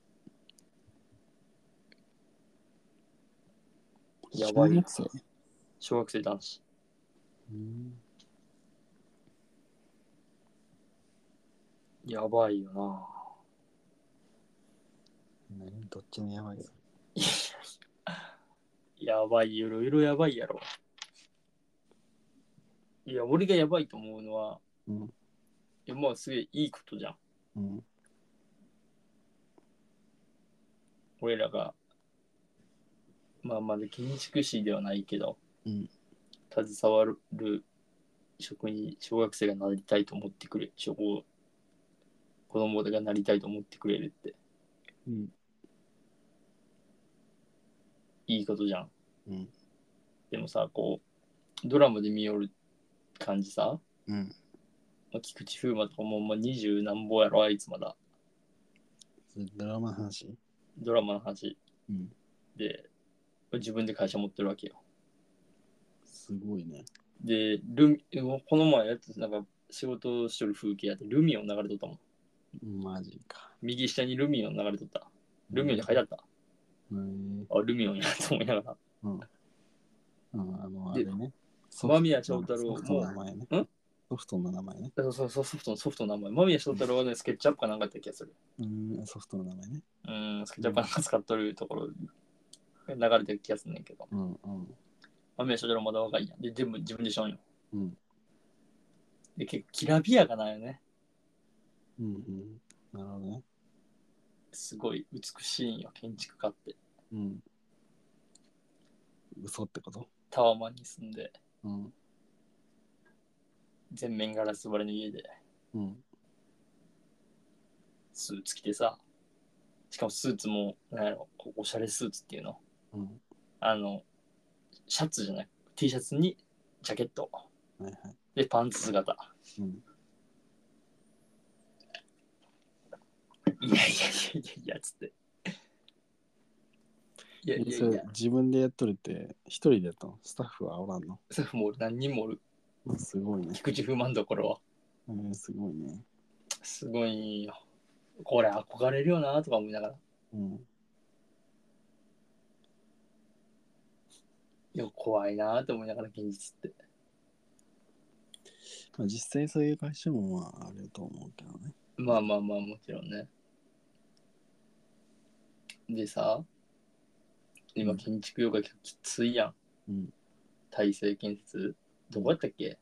S1: やばいな
S2: 小学生
S1: 小学生男子
S2: うん。
S1: やばいよな
S2: 何どっちもやばいよ。
S1: やばいいろいろやばいやろいや俺がやばいと思うのは、
S2: うん
S1: いやまあすげえいいことじゃん
S2: うん。
S1: 俺らが、まあまだ建築士ではないけど、
S2: うん
S1: 携わる職に小学生がなりたいと思ってくれ、職を子供がなりたいと思ってくれるって
S2: うん。
S1: いいことじゃん。
S2: うん
S1: でもさ、こう、ドラマで見よる感じさ、
S2: うん。
S1: まあ、菊池風磨とかもまあ二十何本やろ、あいつまだ。
S2: それドラマの話
S1: ドラマの話
S2: うん。
S1: で、自分で会社持ってるわけよ。
S2: すごいね。
S1: で、ルミこの前やつ、なんか仕事しとる風景やって、ルミオン流れとったもん。
S2: マジか。
S1: 右下にルミオン流れとった。ルミオンに書いてあった。
S2: うん。
S1: あ、ルミオンやと思いながら。
S2: うん、あの、あ
S1: で
S2: れね。
S1: 間宮祥太郎
S2: ソフトの名前ね。
S1: ん
S2: ソフトの名前ね。
S1: そうそうそうソフトのソフトの名前。間宮祥太郎はね、スケッチアップかなんかやった気がする。
S2: うん、ソフトの名前ね。
S1: うん、スケッチアップかなんか使っとるところ流れてる気がするんだけど。
S2: うん、うん。
S1: 間宮祥太郎まだ若いやん。で、全部自分でしょんよ。
S2: うん。
S1: で、結構きらびやかなんよね。
S2: うん、うん。なるほどね。
S1: すごい美しいんよ、建築家って。
S2: うん。嘘ってこと
S1: タワマンに住んで、
S2: うん。
S1: 全面ガラス張りの家で。
S2: うん。
S1: スーツ着てさしかもスーツもなんやろこうおしゃれスーツっていうの
S2: うん。
S1: あのシャツじゃない T シャツにジャケット
S2: はいはい。
S1: でパンツ姿
S2: うん。
S1: いやいやいやいやいやつっていやい
S2: え
S1: や
S2: そ
S1: い
S2: れ
S1: や
S2: 自分でやっとるって、一人でやったのスタッフはおらんの
S1: スタッフもおる何人もおる
S2: すごいね。
S1: 菊池風満どころは
S2: うん、すごいね。
S1: すごいよこれ憧れるよなとか思いながら
S2: うん。
S1: いや怖いなと思いながら現実って
S2: まあ、実際そういう会社もまああると思うけどね。
S1: まあまあまあもちろんね。でさ、今
S2: うん
S1: 建築業界結構きついやん。
S2: うん。
S1: 大成建設。どこやったっけ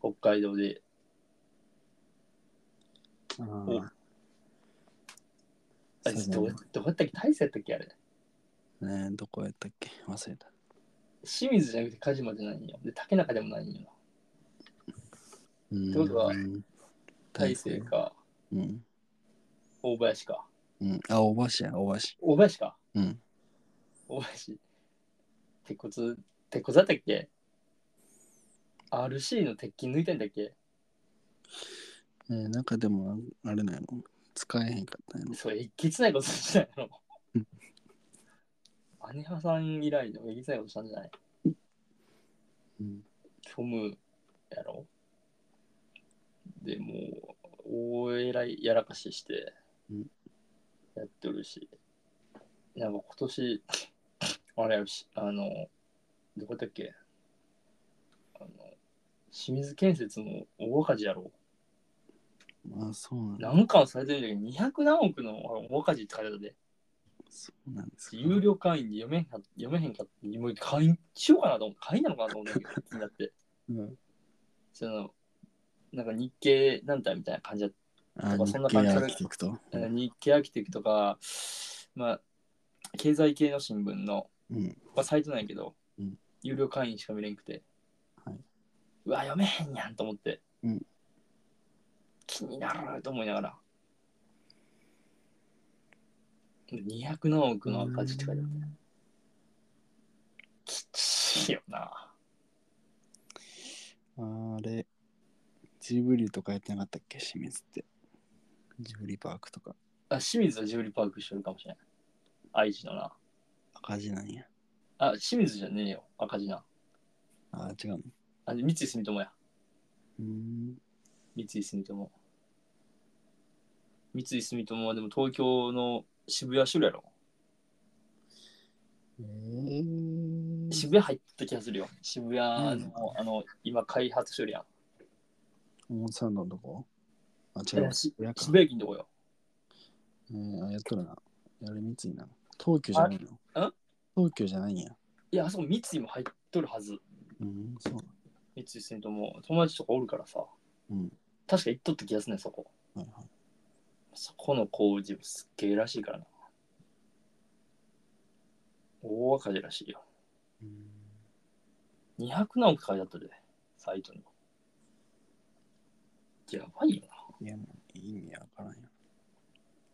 S1: 北海道でお
S2: あ
S1: あ
S2: そうだね
S1: どうやどこやったっけ大成やったっけあれ。
S2: あ、ねえどこやったっけ忘れた。
S1: 清水じゃなくて鹿島じゃないんよ。で、竹中でもないんよな。
S2: うん
S1: てことは、大
S2: 大
S1: 成
S2: 成。
S1: か、
S2: うん。
S1: 大林か。
S2: うん、あ、おばしや、おばし。
S1: 大林か。
S2: うん。
S1: 大林。鉄骨、鉄骨だったっけ ?RC の鉄筋抜いてんだっけ
S2: えー、なんかでも、あれなの使えへんかったんやろ。
S1: それ、えっきつないことじゃないの姉派さん以来のエグザイルさんじゃない
S2: うん。
S1: 虚無やろでもう大えらいやらかしして
S2: うん
S1: やってるし、なんか今年 あれやしあのどこだっけあの清水建設の大赤字やろ
S2: まあそうなんだ。
S1: なんかされてるんだけど200何億の大赤字って書いてあったで
S2: そうなんですか。
S1: 有料会員で読めへんか読めへんかってもう会員しようかなと思って会員なのかなと思うんだけど気になって
S2: うん。
S1: そのなんか日経団体みたいな感じだった
S2: あ、
S1: か
S2: 日
S1: そんな
S2: 系
S1: 感じ
S2: ア
S1: だ
S2: ーキテクト
S1: えー日経アーキテクとか、まあ、経済系の新聞の、
S2: うん。
S1: まあ、サイトなんやけど、
S2: うん
S1: 有料会員しか見れんくて、
S2: はいう
S1: わ、読めへんやんと思って、
S2: うん
S1: 気になると思いながら。200何億の赤字って書いてあって、きちいよな。
S2: あれ、ジブリとかやってなかったっけ清水って。ジブリパークとか。
S1: あ、清水はジブリパーク一緒にかもしれない。愛知のな。
S2: 赤字なんや。
S1: あ、清水じゃねえよ、赤字な。
S2: あー、違うの。
S1: あ、三井住友や。
S2: うーん。
S1: 三井住友三井住友はでも東京の渋谷支部やろ、
S2: えー
S1: 渋谷入った気がするよ渋谷の,、あの今開発してるやん
S2: 表参道のとこあ、違
S1: いうや。し
S2: 親か
S1: 渋谷駅のとこよ
S2: えー、あ、やっとるな。やれ三井なの。東急じゃないの
S1: あん
S2: 東急じゃないんや。
S1: いやあそこ三井も入っとるはず
S2: うん、そう。
S1: 三井住友友達とかおるからさ
S2: うん。
S1: 確か行っとった気がするねそこ
S2: はいはい。
S1: そこの工事もすっげえらしいからな大赤字らしいよ
S2: うん
S1: 200何億買いだったでサイトにやばいよない
S2: や、意味わからんよ。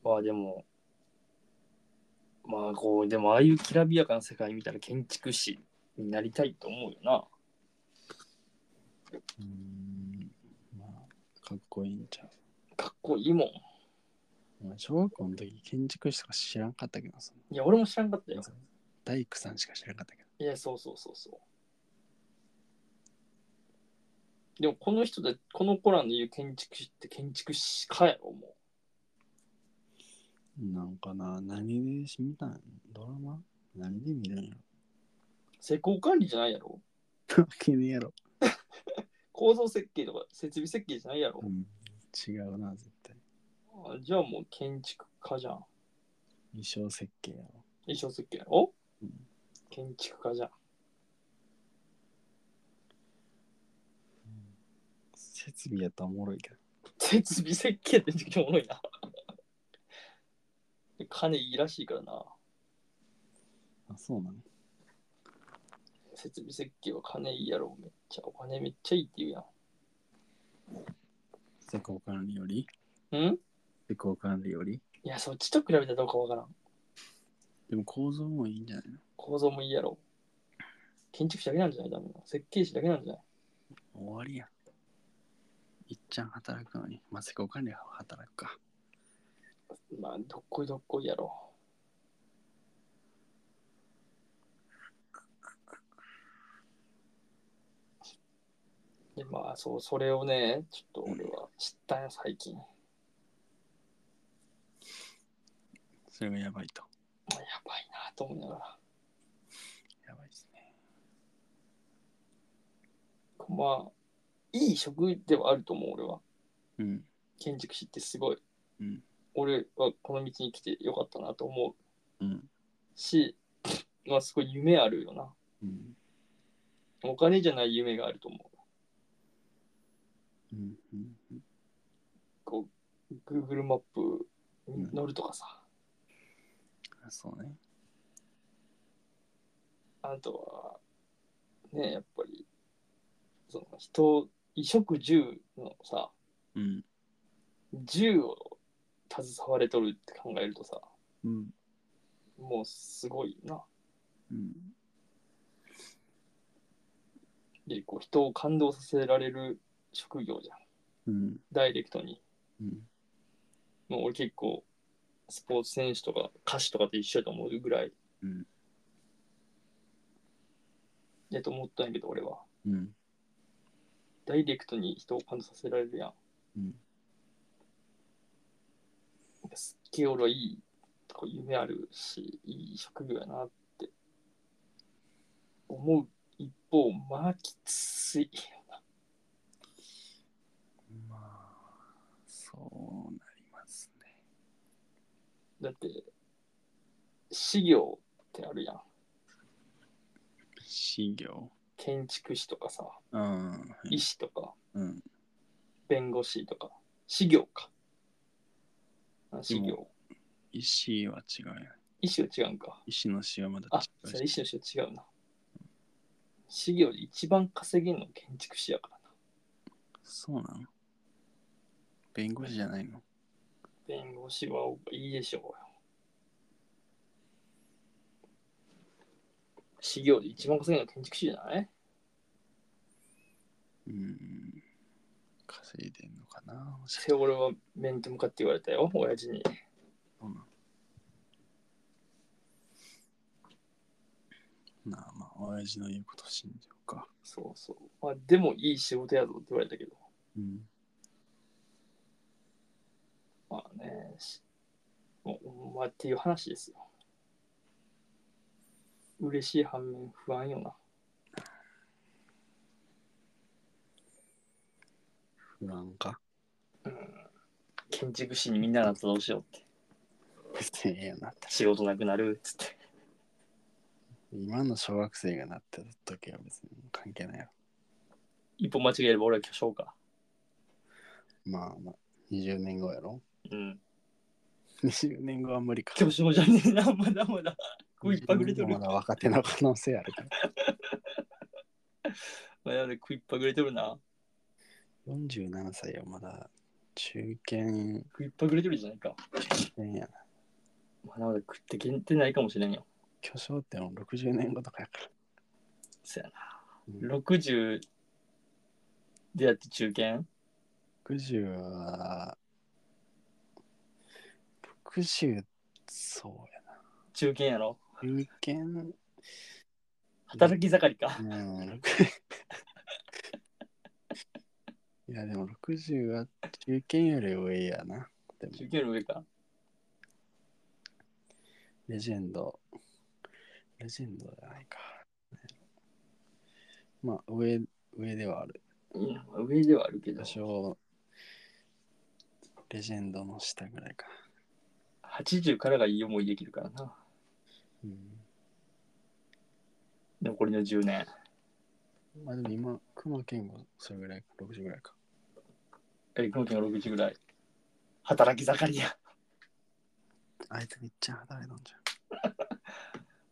S1: まあでも、まあこう、でもああいうきらびやかな世界見たら建築士になりたいと思うよな。
S2: うーん。まあ、かっこいいんちゃう。
S1: かっこいいもん。
S2: お前小学校の時建築士とか知らんかったけどさ。
S1: いや、俺も知らんかったよ。
S2: 大工さんしか知らんかったけど。
S1: いや、そうそうそうそう。でもこの人で、この子らの言う建築士って建築士かやろ、も
S2: なんかな、何でし見たんドラマ何で見るんやろ
S1: う。施工管理じゃないやろ。
S2: わけねえやろ。
S1: 構造設計とか設備設計じゃないやろ
S2: う。ん。違うな、絶対。
S1: あじゃあもう建築家じゃん。
S2: 衣装設計やろ。
S1: 衣装設計やろ
S2: うん
S1: 建築家じゃん。
S2: 設備やったらおもろいけど。
S1: 設備設計ってめちゃくちゃおもろいな。金いいらしいからな。
S2: あ、そうなの
S1: 設備設計は金いいやろ。めっちゃお金めっちゃいいって言う
S2: 施工管理より
S1: やん。ん
S2: 施工管理より
S1: いや、そっちと比べたらどうかわからん。
S2: でも構造もいいんじゃないの
S1: 構造もいいやろ。建築士だけなんじゃないダメなの設計士だけなんじゃない
S2: 終わりやん。いっちゃん働くのに、まあ、施工管理は働くか。
S1: まあ、どっこいどっこいやろ。で、まあ、そう、それをね、ちょっと俺は知ったよ、最近。
S2: それがやばいと。
S1: やばいなと思いながら。
S2: やばいですね。
S1: まあ、いい職ではあると思う、俺は。
S2: うん。
S1: 建築士ってすごい。
S2: うん
S1: 俺はこの道に来てよかったなと思う
S2: うん。
S1: し、まあ、すごい夢あるよな。
S2: うん。
S1: お金じゃない夢があると思う。
S2: うん。うん。
S1: こう、Google マップに乗るとかさ、
S2: あそうね。
S1: あとは、ね、やっぱり、その人、衣食住のさ、
S2: うん。
S1: 銃を携われとるって考えるとさ、
S2: うん。
S1: もうすごいな。
S2: うん。
S1: でこう人を感動させられる職業じゃん
S2: うん。
S1: ダイレクトに
S2: うん。
S1: もう俺結構スポーツ選手とか歌手とかと一緒だと思うぐらい、
S2: うん
S1: やと思ったんやけど、俺は。
S2: うん。
S1: ダイレクトに人を感じさせられるやん。
S2: うん。
S1: なんかすっげえ俺はいいとこ夢あるし、いい職業やなって思う一方、まあきつい。
S4: まあ、そうなりますね。
S1: だって、資業ってあるやん。
S2: 資料。
S1: 建築士とかさ、
S2: うん。
S1: 医師とか、
S2: うん。
S1: 弁護士とか、資業か。あ資業。
S2: 石は違うやん。
S1: 医師は違うんか。
S2: 石の詩はまだ
S1: あ、
S2: 違
S1: それ
S2: う
S1: 医
S2: し。
S1: 師の人は違うな。資業で一番稼げるの建築士やからな。
S2: そうなの弁護士じゃないの
S1: 弁護士はいいでしょうよ。資業で一番稼げるのは建築士じゃない
S2: うん。稼いでんのかなもしかし
S1: それ俺は面と向かって言われたよ、親父に。
S2: そうなのなあまあ、親父の言うこと信じようか。
S1: そうそう。まあ、でもいい仕事やぞって言われたけど。
S2: うん。
S1: まあね、しもうまあっていう話ですよ。嬉しい反面不安よな。
S2: 不安か。
S1: 建築士にみんななったらどうしようって。
S2: 別にええよな。
S1: 仕事なくなるっつって。
S2: 今の小学生がなってた時は別に関係ないよ。
S1: 一歩間違えれば俺は巨匠か。
S2: まあまあ、20年後やろ
S1: うん。
S2: ?20 年後は無理か。
S1: 巨匠じゃねえな、 まだまだ。食いっぱぐれとる。
S2: ま
S1: ま
S2: だ若手の可能性あるから。
S1: だまだ食いっぱぐれとるな。
S2: 47歳はまだ中堅、
S1: 食いっぱぐれとるじゃないか。
S2: 中堅やな。
S1: まだまだ食ってけてないかもしれんよ。
S2: 巨匠ってもう60年後とかやから。
S1: そや
S2: うん
S1: な。60でやって中堅
S2: 60は、60、そうや
S1: 中堅やろ
S2: な。有権、
S1: 働き盛りか。
S2: うん、いや、でも60は中堅より上やな。でも
S1: 中、堅より上か。
S2: レジェンド、レジェンドじゃないか。まあ、上、上ではある。
S1: いや、まあ上ではあるけど
S2: 多。少、レジェンドの下ぐらいか。
S1: 80からがいい思いできるからな。
S2: うん
S1: 残りの10年。
S2: まあでも今、熊健吾、それぐらいか、60ぐらいか。
S1: え、今期の60ぐらい。働き盛りや。
S2: あいつめっちゃ働いたんじ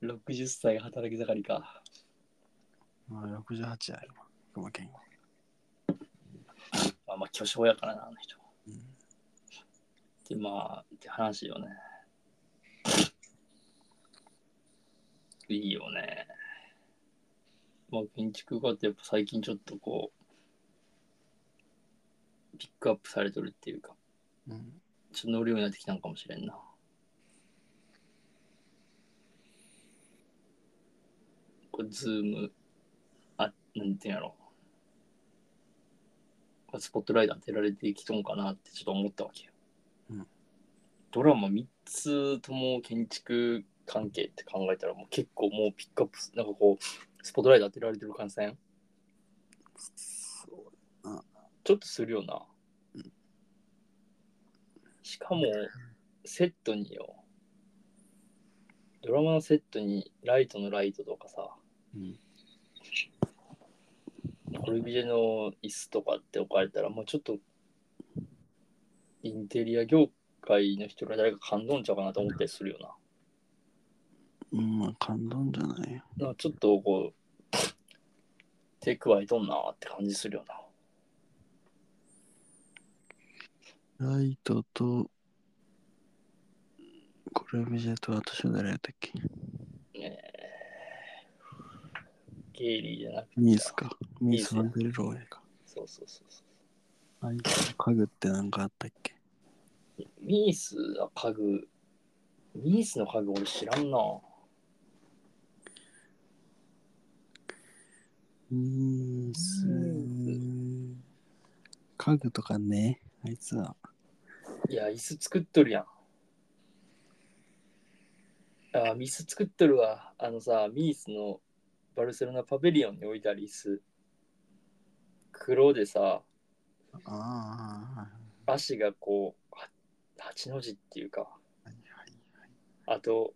S1: 60歳が働き盛りか。
S2: ゃん。まあ68や、今、熊健吾。
S1: まあまあ巨匠やからな、あの人。
S2: うん
S1: で、まあ、って話よね。いいよね。まあ、建築家ってやっぱ最近ちょっとこう、ピックアップされとるっていうか、
S2: うん。
S1: ちょっと乗るようになってきたんかもしれんな。これ、ズーム、あ、なんていうんやろ。スポットライト当てられてきとんかなってちょっと思ったわけよ。
S2: うん
S1: ドラマ3つとも建築関係って考えたらもう結構もうピックアップす、なんかこう、スポットライト当てられてる感染
S2: そう
S1: ちょっとするよな。しかも、セットによ。ドラマのセットにライトのライトとかさ、
S2: うん
S1: コルビジェの椅子とかって置かれたら、もうちょっとインテリア業界の人ら誰か感動んちゃうかなと思ったりするよな。
S2: うん、まあ感動じゃないよ。
S1: なんかちょっとこう、手加えとんなって感じするよな。
S2: ライトと、コルビジェと、あと誰やったっけ
S1: ねえゲイリーじゃなくてさ。
S2: ミースか。ミース
S1: ミー
S2: ワ
S1: ス
S2: ンデルローやか。
S1: そうそうそうそう。
S2: あいつの家具ってなんかあったっけ
S1: ミースの家具、ミースの家具俺知らんな。
S2: ーん、すー家具とかね、あいつは。
S1: いや、椅子作っとるやん。あ、椅子作っとるわ。あのさ、ミースのバルセロナパビリオンに置いてある椅子。黒でさ、
S2: ああ、
S1: 足がこう、は八の字っていうか、
S2: はいはい
S1: あと、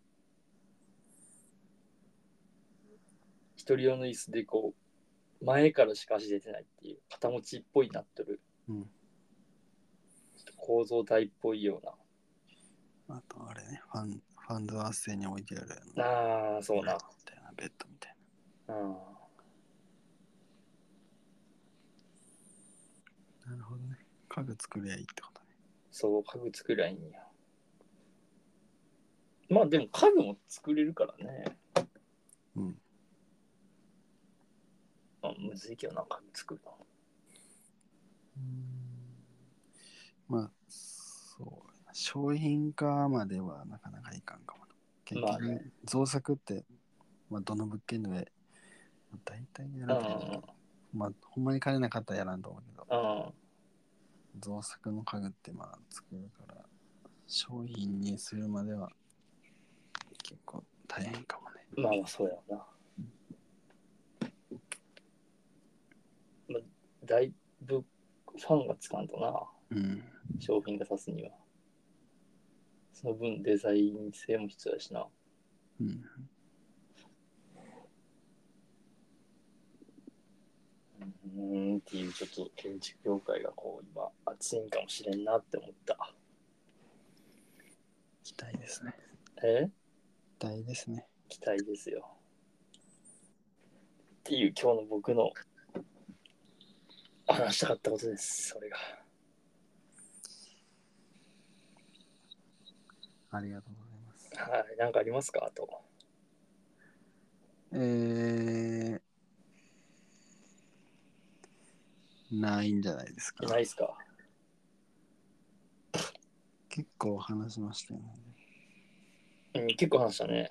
S1: 一人用の椅子でこう、前からしか足出てないっていう、肩持ちっぽいなっとる。
S2: うん
S1: ちょっと構造体っぽいような。
S2: はい。あとあれね、ファン、ファンドアース製に置いてあるやんな。
S1: ああ、そうな
S2: み。たいな、ベッドみたい
S1: うん。
S2: な。なるほどね。家具作りゃいいってことね。
S1: そう、家具作りゃいいんや。まあでも家具も作れるからね。
S2: うん。
S1: まあ、むずいけどな、家具作るの。
S2: まあ、そうやな。商品化まではなかなかいかんかもな。結
S1: まあね
S2: 局、造作って、まあ、どの物件でも、まあ、大体やらんと思うけどまあ、ほんまに金なかったらやらんと思うけど、
S1: うん。
S2: 造作の家具ってまあ作るから、商品にするまでは結構大変かもね。
S1: まあまあ、そうやろな。まあ、だいぶファンがつかんとな、
S2: うん。
S1: 商品が指すには。その分デザイン性も必要だしな。
S2: うん。
S1: うーんっていうちょっと建築業界がこう今熱いんかもしれんなって思った。
S2: 期待ですね。
S1: え
S2: 期待ですね。
S1: 期待ですよ。っていう今日の僕の話したかったことです、それが。
S2: ありがとうございます。
S1: はい、なんかありますかあと。
S2: えー、ないんじゃないですか。
S1: ないですか
S2: 結構話しましたよね。
S1: うん、結構話したね。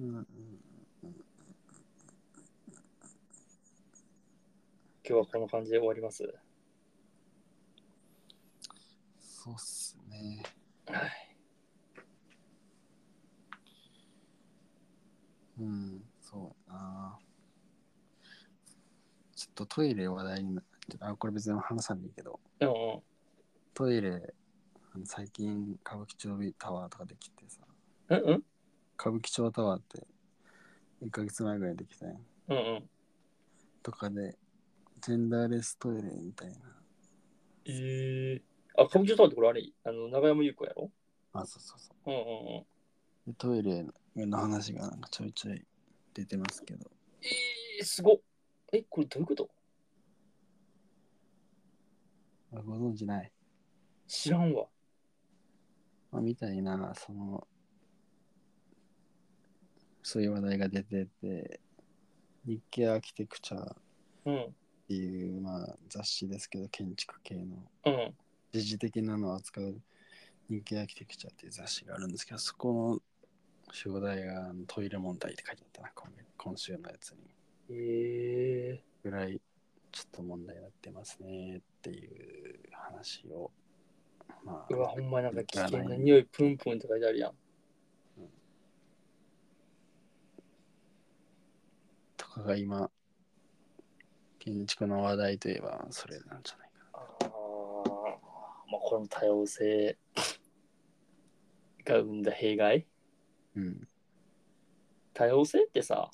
S2: うんうん、
S1: 今日はこの感じで終わります。
S2: そうっすね。
S1: はい。
S2: うん、そうやな。ちょっとトイレ話題になって、あ、これ別に話さんでいいけど、
S1: うん
S2: トイレ、あの最近歌舞伎町タワーとかできてさ、
S1: うん。うんうん
S2: 歌舞伎町タワーって1ヶ月前ぐらいできたやん。
S1: うんうん。
S2: とかで、ジェンダーレストイレみたいな。
S1: えー、あ、歌舞伎町タワーってこれあれあの、長山優子やろ
S2: あ、そうそうそ
S1: う
S2: う。
S1: んうんうん。
S2: でトイレの話がなんかちょいちょい出てますけど、
S1: えー、すごっえ、これどういうこと
S2: まあご存知ない。
S1: 知らんわ。
S2: まあ、みたいな、その、そういう話題が出てて、日経アーキテクチャーっ
S1: うん。
S2: ていう、まあ、雑誌ですけど、建築系の
S1: うん。
S2: 時事的なのを扱う日経アーキテクチャーっていう雑誌があるんですけど、そこの表題があのトイレ問題って書いてあったな、今今週のやつに。
S1: え
S2: ぐらいちょっと問題になってますねっていう話をま
S1: ー、うわ、
S2: あ
S1: ほんまなんか危険な匂いプンプンって書いてあるやん。
S2: とかが今建築の話題といえばそれなんじゃないか
S1: あーまあ、これも多様性が生んだ弊害
S2: なうん
S1: 多様性ってさ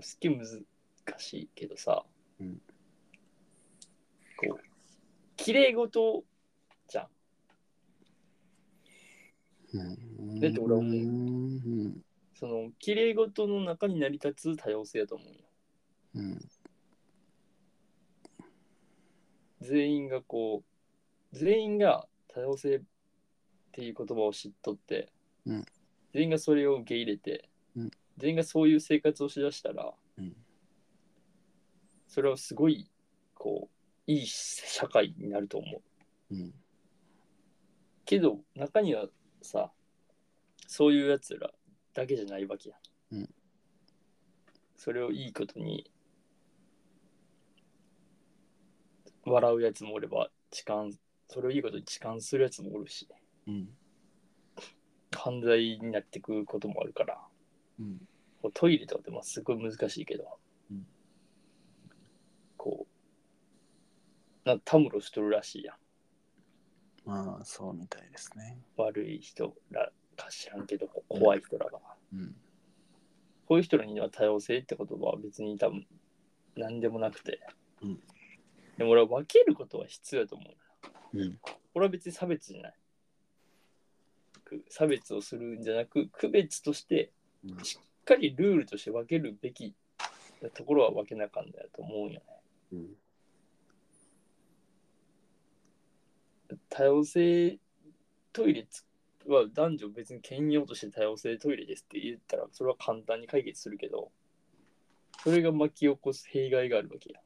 S1: すっげえ難しいけどさ、
S2: うん
S1: こう綺麗事じゃん
S2: うん
S1: だって俺は
S2: う
S1: もうんその綺麗事の中に成り立つ多様性だと思うよ
S2: うん
S1: 全員がこう全員が多様性っていう言葉を知っとって、
S2: うん
S1: 全員がそれを受け入れて、
S2: うん
S1: 全員がそういう生活をしだしたら、
S2: うん
S1: それはすごいこういい社会になると思う
S2: うん
S1: けど中にはさそういうやつらだけじゃないわけやん、
S2: うん
S1: それをいいことに笑うやつもおれば痴漢それをいいことに痴漢するやつもおるし
S2: うん。
S1: 犯罪になってくこともあるから
S2: うん。
S1: こうトイレとかでもすごい難しいけど、
S2: うん
S1: こうなんかたむろしとるらしいやん
S2: まあ、そうみたいですね。
S1: 悪い人らか知らんけどこう怖い人らが、
S2: うん。
S1: こういう人らには多様性って言葉は別に多分何でもなくて、
S2: うん
S1: でも俺は分けることは必要だと思う
S2: うん。
S1: 俺は別に差別じゃないく差別をするんじゃなく区別として
S2: うん
S1: しっかりルールとして分けるべきところは分けなあかんだよと思うんよね
S2: うん。
S1: 多様性トイレつは男女別に兼用として多様性トイレですって言ったらそれは簡単に解決するけどそれが巻き起こす弊害があるわけや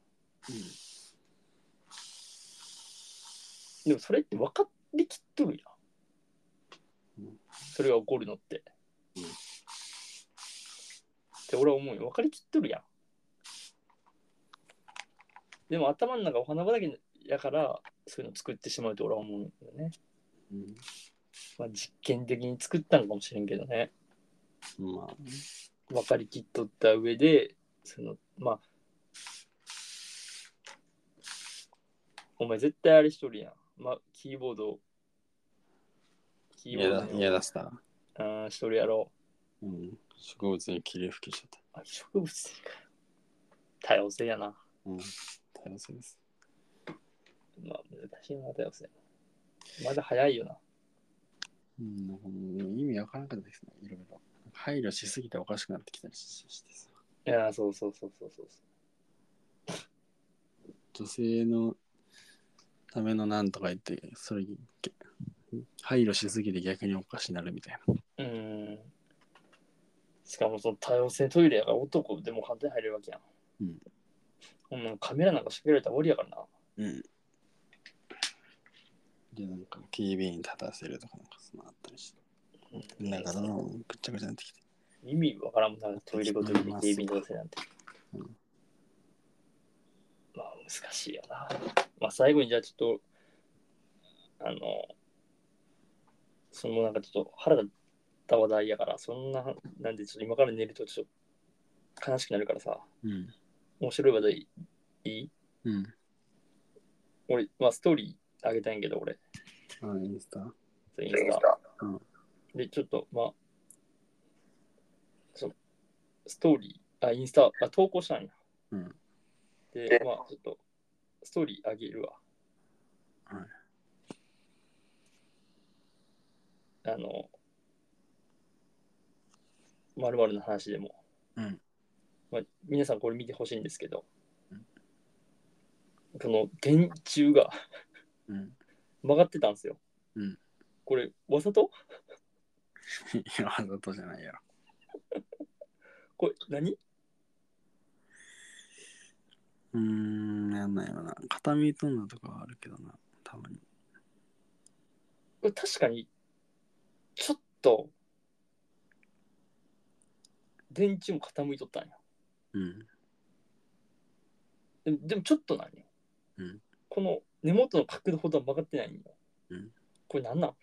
S1: でもそれって分かりきっとるやん
S2: うん
S1: それが起こるのって
S2: うん
S1: って俺は思うよ分かりきっとるやんでも頭の中お花畑やからそういうの作ってしまうと俺は思うんだよね
S2: うん。
S1: まあ、実験的に作ったのかもしれんけどね
S2: まあ、
S1: 分かりきっとった上でそのまあお前絶対あれしとるやん、まあ、キーボードキーボ
S2: 家
S1: ー
S2: だ
S1: ド
S2: 家
S1: の
S2: 出したら。
S1: あーしとるやろ
S2: うん。植物に霧吹きしちゃった。
S1: あ植物性か多様性やな
S2: うん。多様性です。
S1: まあ難しいな多様性まだ早いよな
S2: うん。なんかもう意味わからなかったですね。いろいろ。配慮しすぎておかしくなってきたりししてさ。
S1: いやーそうそうそうそうそうそ
S2: 女性のためのなんとか言って、それ、け配慮しすぎて逆におかしになるみたいな。
S1: ううーんしかもその多様性トイレやから男でも簡単に入れるわけやん
S2: うん
S1: ほんまカメラなんか仕掛けられたら終わりやからな
S2: うん。で、なんか警備員立たせるとかなんかそのあったりして。だから、ぐっちゃぐちゃになってきて。
S1: 意味わからんもんなトイレごとに警備に出せなんて
S2: うん。
S1: まあ難しいよな。まあ最後にじゃあちょっと、あの、そのなんかちょっと腹が立った話題やから、そんな、なんでちょっと今から寝るとちょっと悲しくなるからさ、
S2: うん。
S1: 面白い話題いい
S2: うん。
S1: 俺、まあストーリーあげたいんやけど俺、
S2: あ、インスタ。
S1: イン
S5: いい
S1: ス
S5: で
S1: タ
S5: す。か
S1: で、ちょっと、まあ、そうストーリー、あ、インスタ、あ、投稿したんや。
S2: うん
S1: で、まあ、ちょっと、ストーリーあげるわ。
S2: はい
S1: あの、まるまるの話でも、
S2: うん
S1: まあ、皆さんこれ見てほしいんですけど、
S2: うん
S1: この電柱が
S2: うん。
S1: 曲がってたんですよ。
S2: うん
S1: これ、わざと
S2: いや、わざとじゃないやろ。
S1: これ何、
S2: うーん、なんないわな。片身飛んだとかはあるけどな、たまに。
S1: これ確かに、ちょっと、電柱も傾いとったんや。
S2: うん。
S1: でもでもちょっとなんよ。
S2: うん
S1: この根元の角度ほどは曲がってないんよ。
S2: うん
S1: これなんなん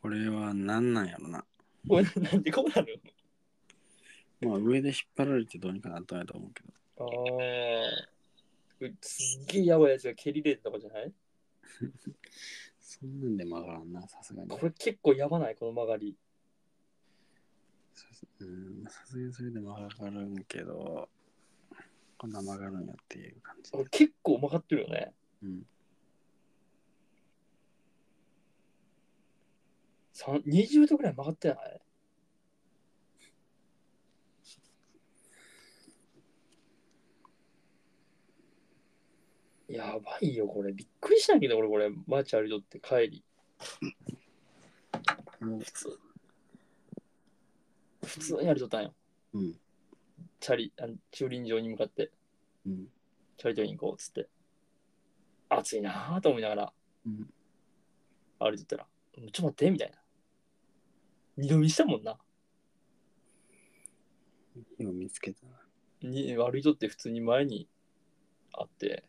S2: これはなんなんやろな。
S1: これなんでこうなる
S2: まあ、上で引っ張られてどうにかなったんやと思うけど。
S1: ああ。これすっげえやばいやつが蹴り入れたとかじゃない
S2: そんなんで曲がらんな、さすがに。
S1: これ結構やばないこの曲がり。
S2: うん、さすがにそれで曲がるんけど、こんな曲がるんやっていう感じ
S1: こ。れ結構曲がってるよね。
S2: うん。
S1: さん20度ぐらい曲がってないやばいよ、これ。びっくりしたけど、俺、これ、街歩いとって帰り。
S2: も
S1: 普通。普通に歩いとったんよ。
S2: う、うん。
S1: チャリ、あの駐輪場に向かって、
S2: うん。
S1: チャリ取りに行こうっつって。暑いなぁと思いながら
S2: うん。
S1: 歩いてったら、ちょっと待って、みたいな。二度見したもんな。
S2: 今見つけたな。
S1: に悪い人って普通に前にあって、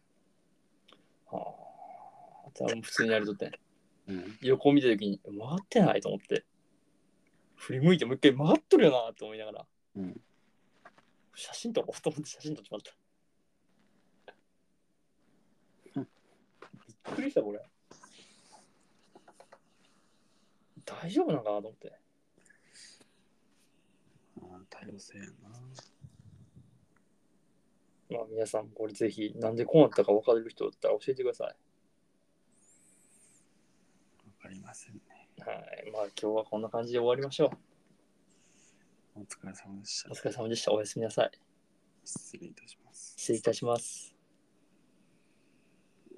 S1: ああ、多分普通にやりとって、
S2: うん。
S1: 横を見た時に、回ってないと思って、振り向いてもう一回回っとるよなと思いながら、
S2: うん。
S1: 写真撮ろうと思って写真撮ってもらった。びっくりした、これ。大丈夫なんかなと思って。
S2: ああ、多様性やな。
S1: まあ皆さんもこれぜひ、なんでこうなったか分かる人だったら教えてください。
S2: わかりませんね。
S1: はい。まあ今日はこんな感じで終わりましょ
S2: お疲れ様でし
S1: う。
S2: た
S1: お。疲れ様でした。おやすみなさい。
S2: 失礼いたします。
S1: 失礼いたします。